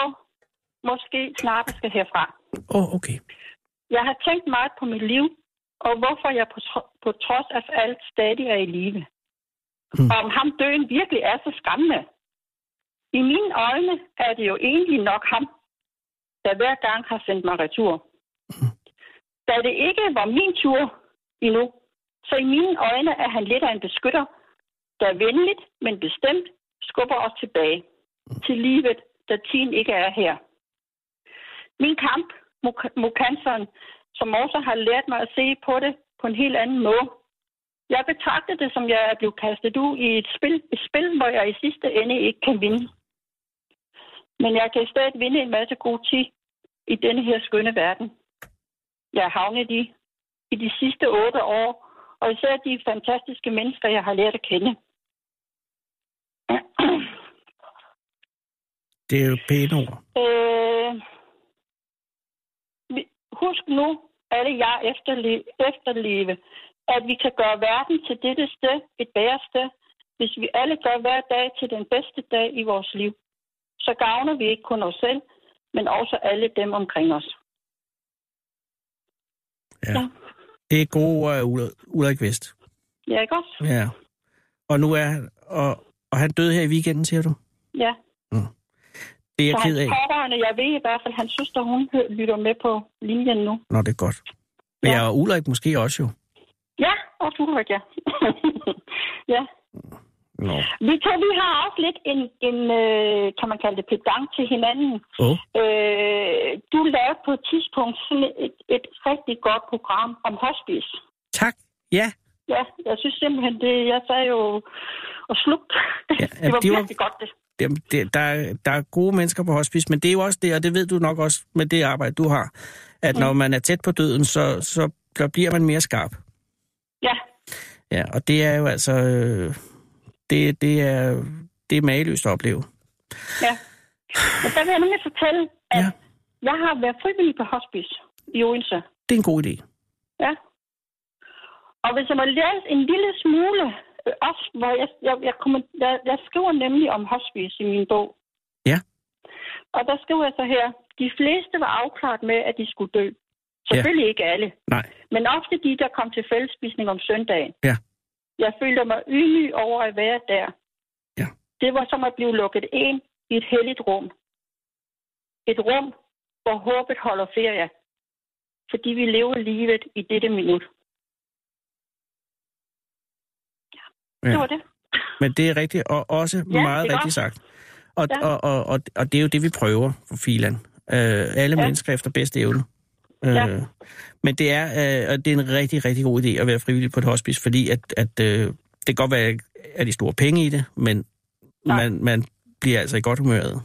måske snart skal herfra.
Åh, oh, okay.
Jeg har tænkt meget på mit liv, og hvorfor jeg på, tro- på trods af alt stadig er i live.
Mm.
Mm. Om ham døden virkelig er så skræmmende. I mine øjne er det jo egentlig nok ham, der hver gang har sendt mig retur.
Mm.
Da det ikke var min tur endnu, så i mine øjne er han lidt af en beskytter, der venligt, men bestemt skubber os tilbage til livet, da tiden ikke er her. Min kamp mod mod canceren, som også har lært mig at se på det på en helt anden måde. Jeg betragter det, som jeg er blevet kastet ud i et spil, et spil, hvor jeg i sidste ende ikke kan vinde. Men jeg kan i stedet vinde en masse god tid i denne her skønne verden. Jeg har havnet i, i de sidste otte år, og især de fantastiske mennesker, jeg har lært at kende. *clears throat*
Det er jo pæne ord.
Øh, vi- husk nu, alle jer efterleve, efterleve, at vi kan gøre verden til dette sted et bedre sted, hvis vi alle gør hver dag til den bedste dag i vores liv. Så gavner vi ikke kun os selv, men også alle dem omkring os.
Ja.
Ja.
Det er gode ord af Ulla- Ulrik Vest.
Ja, ikke også?
Ja. Og nu er han... Og, og han døde her i weekenden, siger du?
Ja.
Det er
Så
jeg
hans
ked af.
pårørende, jeg ved i hvert fald, hans søster, hun hø- lytter med på linjen nu.
Nå, det er godt. Men
Ja.
ja, og Ulrik måske også jo.
Ja, og Ulrik, ja. *laughs* ja.
Nå.
Vi, to, vi har også lidt en, en øh, kan man kalde det, pedang til hinanden.
Åh, oh,
Øh, du lavede på et tidspunkt sådan et, et rigtig godt program om hospice.
tak. Ja.
Ja, jeg synes simpelthen, det, jeg sagde jo og *laughs* slugt.
Ja,
Ja, det var
det var-
virkelig godt, det.
Jamen, det, der, er- der er gode mennesker på hospice, men det er jo også det, og det ved du nok også med det arbejde, du har, at når man er tæt på døden, så, så bliver man mere skarp.
Ja,
Ja, og det er jo altså... Øh, det, det er det er mageløst at opleve.
ja. Men der vil jeg nemlig fortælle, at
Ja.
ja. jeg har været frivillig på hospice i Odense.
Det er en god idé.
Ja. Og hvis jeg må læse en lille smule, øh, også hvor jeg, jeg, jeg, kommer, jeg, jeg skriver nemlig om hospice i min bog.
Ja.
Og der skriver jeg så her, De fleste var afklaret med, at de skulle dø. Selvfølgelig ja. ikke alle.
Nej.
Men ofte de, der kom til fællesspisning om søndagen.
Ja.
Jeg følte mig ydmyg over at være der.
Ja.
Det var som at blive lukket ind i et helligt rum. Et rum, hvor håbet holder ferie. Fordi vi lever livet i dette minut. Ja. Det var det.
Men det er rigtigt, og også ja,
Ja,
meget
det er
rigtigt sagt. Og,
Ja.
og, og, og, og det er jo det, vi prøver for filan. Øh, alle ja.
Ja.
mennesker efter bedste evne. Øh,
Ja.
Men det er, øh, og det er en rigtig, rigtig god idé at være frivillig på et hospice, fordi at, at, øh, det kan godt være, at er de store penge i det, men
Nej.
man, man bliver altså i godt humøret.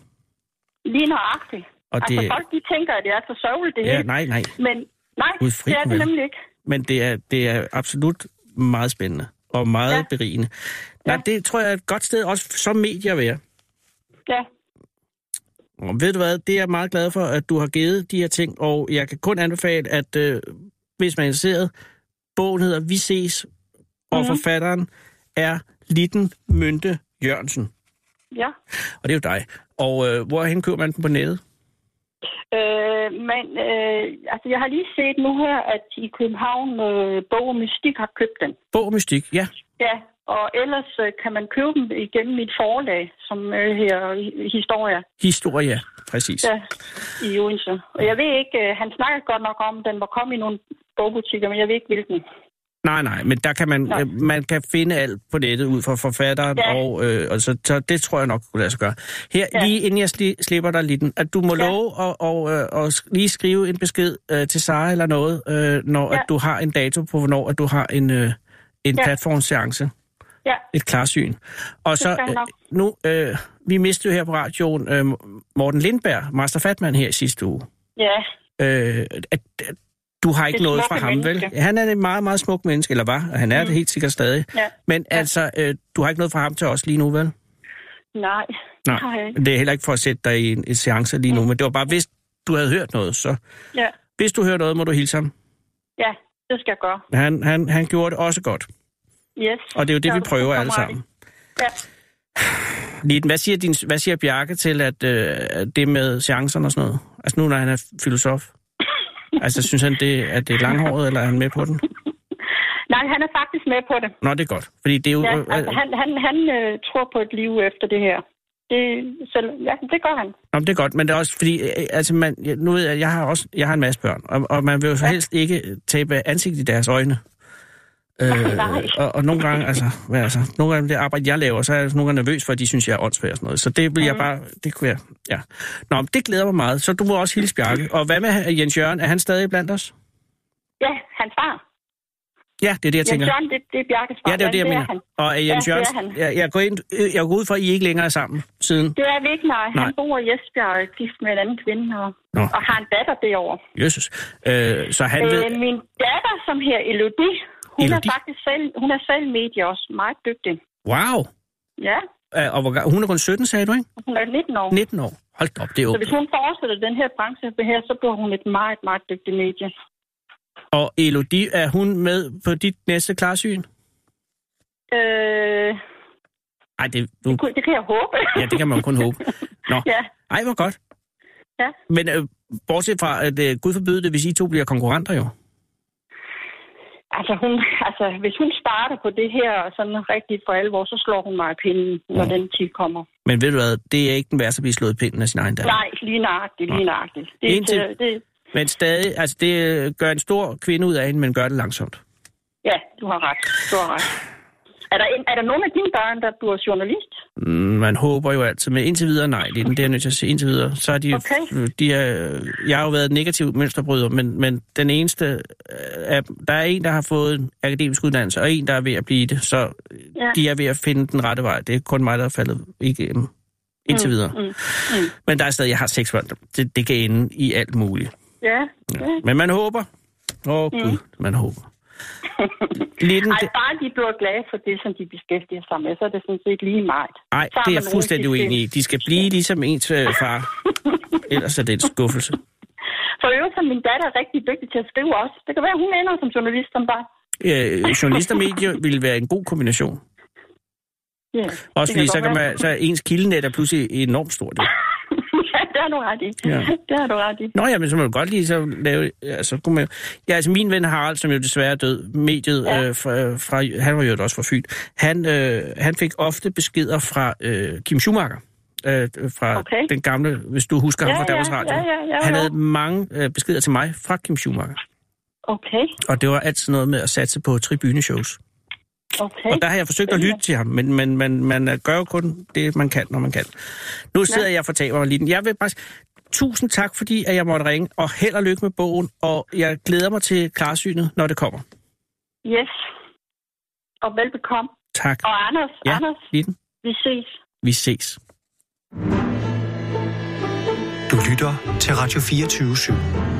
Lige nøjagtigt.
Og
altså,
det,
folk de tænker, at det er så sørgeligt det
ja,
hele.
nej, nej.
Men nej,
Gud fri
det er det
mig.
nemlig ikke.
Men det er, det er absolut meget spændende og meget ja.
Ja.
berigende. Nej,
Ja.
det tror jeg er et godt sted også som medie at være.
Ja,
Og ved du hvad, det er jeg meget glad for, at du har givet de her ting, og jeg kan kun anbefale, at øh, hvis man er interesseret, bogen hedder Vi ses, og mm. forfatteren er Litten Mynte Jørgensen,
ja.
og det er jo dig. Og øh, hvorhen køber man den på nettet?
Øh, men øh, altså, jeg har lige set nu her, at i København øh, Bog og Mystik har købt den.
Bog og mystik, ja.
Ja, og ellers øh, kan man købe dem igennem mit forlag, som øh, her Historia
Historia, præcis. Ja.
ja, i Odense. Og jeg ved ikke, øh, han snakkede godt nok om, at den var kommet i nogle bogbutikker, men jeg ved ikke hvilken.
Nej, nej, men der kan man,
Nej.
øh, man kan finde alt på nettet ud fra forfatteren, ja.
Ja.
og, øh, og så, så det tror jeg nok kunne lade sig gøre. Her, ja.
Ja.
lige inden jeg sli, slipper dig lidt, at du må ja.
Ja.
love at og, øh, og sk- lige skrive en besked øh, til Sara eller noget, øh, når ja.
Ja.
at du har en dato på, hvornår at du har en, øh, en ja.
Ja.
platformseance,
Ja,
et klarsyn. Og så,
skal jeg
øh,
nok.
nu, øh, vi mistede jo her på radioen øh, Morten Lindberg, Master Fatman her i sidste uge.
ja,
Øh, at, at du har ikke
Det
noget fra
smukke
ham, menneske. vel?
menneske.
Han er en meget, meget smuk menneske, eller var, og han er mm. det helt sikkert stadig.
Ja.
Men altså, øh, du har ikke noget fra ham til os lige nu, vel?
nej.
Nej.
Har jeg ikke.
Det er heller ikke for at sætte dig i en, en seance lige nu, mm. men det var bare, hvis du havde hørt noget, så...
Ja,
Hvis du hører noget, må du hilse ham.
ja, det skal jeg gøre.
Han, han, han gjorde det også godt,
Yes.
og det er jo det,
Så
vi
du
prøver
kommer
alle
ret i.
sammen.
Ja.
Liden, hvad siger, din, hvad siger Bjarke til at øh, at det med seancerne og sådan noget? Altså nu, når han er filosof. altså, synes han, det, at det er langhåret, eller er han med på den?
Nej, han er faktisk med på det.
Nå, det er godt, fordi det er jo...
Ja,
øh,
altså, han, han, han øh, tror på et liv efter det her. Det, så, ja, det gør han.
Nå, men det er godt, men det er også fordi, øh, altså man, jeg- nu ved jeg, jeg har også, jeg har en masse børn, og, og man vil jo så helst ikke tabe ansigt i deres øjne. Øh,
Nej.
og, og, nogle gange, altså, hvad altså, nogle gange det arbejde, jeg laver, så er jeg altså nogle gange nervøs for, at de synes, jeg er åndssvær og sådan noget. Så det
Mhm.
vil jeg bare, det kunne jeg, ja. Nå, men det glæder mig meget, så du må også hilse Bjarke. Og hvad med Jens Jørgen, er han stadig blandt os?
Ja, hans far.
Ja, det er det, jeg
Jeg Jens
tænker.
Jørgen, det, det er Bjarkes far.
Ja, det er jo det, jeg
men
mener.
han.
Og øh,
Ja,
Jens
det er
Jørgen,
han.
jeg, jeg, går ind, øh, jeg går ud fra, at I ikke længere er sammen siden.
Det er vi ikke, nej. Han
Nej.
bor i Esbjerg og er gift med en anden kvinde og,
Nå.
og har en datter derovre.
Jesus. Øh, så han ved,
Øh, min datter, som her Elodie, hun
Elodie?
er faktisk selv, hun er selv medie også. Meget dygtig.
wow.
Ja,
Øh, Og hvor, ga- hun er kun 17, sagde du, ikke?
hun er 19 år.
19 år. Hold da op, det er
Så
okay.
hvis hun fortsætter den her branche her, så bliver hun et meget, meget dygtigt medie.
Og Elodie, er hun med på dit næste klarsyn?
Øh,
Nej, det, du,
gud, det kan jeg håbe.
ja, det kan man jo kun håbe. Nå,
*laughs* ja.
ej, hvor godt.
Ja.
Men øh, bortset fra, at øh, Gud forbyde det, hvis I to bliver konkurrenter jo.
Altså, hun, altså, hvis hun starter på det her sådan rigtigt for alvor, så slår hun mig af pinden, når den tid kommer.
Men ved du hvad, det er ikke den værste at blive slået i pinden af sin egen
Ja.
datter.
Nej, lige nøjagtigt, lige nøjagtigt. Det, er
Indtil-
til- det,
Men stadig, altså det øh, gør en stor kvinde ud af hende, men gør det langsomt.
ja, du har ret. Du har ret. Er der, en, er der nogen af dine børn, der bliver journalist?
Mm, Man håber jo altid, men indtil videre, nej, Lene, det er jeg nødt til at sige, indtil videre. Så er de, Mm,
Okay.
de er, jeg har jo været en negativ mønsterbryder, men, men den eneste, øh, er, der er en, der har fået en akademisk uddannelse, og en, der er ved at blive det, så
Ja.
de er ved at finde den rette vej. Det er kun mig, der er faldet igennem indtil videre. Mm, mm, mm. Men der er stadig, jeg har seks børn. Det, det kan ende i alt muligt.
Ja. ja.
Men man håber. Åh, oh, gud, man håber. Lidt en,
Mm. Ej, bare de bliver glade for det, som de beskæftiger sig med, så er det sådan set lige meget.
Nej,
Så
det er
man
jeg fuldstændig
rigtig
uenig i. De skal blive ligesom ens øh, far. Ellers er det en skuffelse.
For øvrigt er min datter rigtig dygtig til at skrive også. Det kan være, hun ender som journalist som bare.
Øh, journalist og medie ville være en god kombination.
Ja,
Også
det
fordi så,
godt
kan
være.
man, så er ens kildenet er pludselig enormt stort.
*laughs* ja, det har du ret i.
Ja.
Ja. Det har du ret i.
Nå ja, men så må du godt lige så lave... Ja, så kunne man, ja, altså min ven Harald, som jo desværre er død, mediet ja.
Ja.
øh, fra, fra... Han var jo også fra Fyn. Han, øh, han fik ofte beskeder fra øh, Kim Schumacher. Øh, fra okay.
Okay.
den gamle, hvis du husker
Ja,
ham fra
ja,
Danmarks Radio.
ja, ja, ja,
han
ja.
havde mange øh, beskeder til mig fra Kim Schumacher.
Okay,
Og det var altid noget med at satse på tribuneshows.
okay.
Og der har jeg forsøgt at lytte til ham, men, men, men man gør jo kun det, man kan, når man kan. Nu sidder jeg og fortaber mig lidt. Jeg vil bare... Tusind tak, fordi at jeg måtte ringe, og held og lykke med bogen, og jeg glæder mig til klarsynet, når det kommer.
Yes. Og velbekomme.
Tak.
Og Anders, ja.
Ja,
Anders,
Litten,
vi ses.
vi ses.
Du lytter til Radio 24 /7.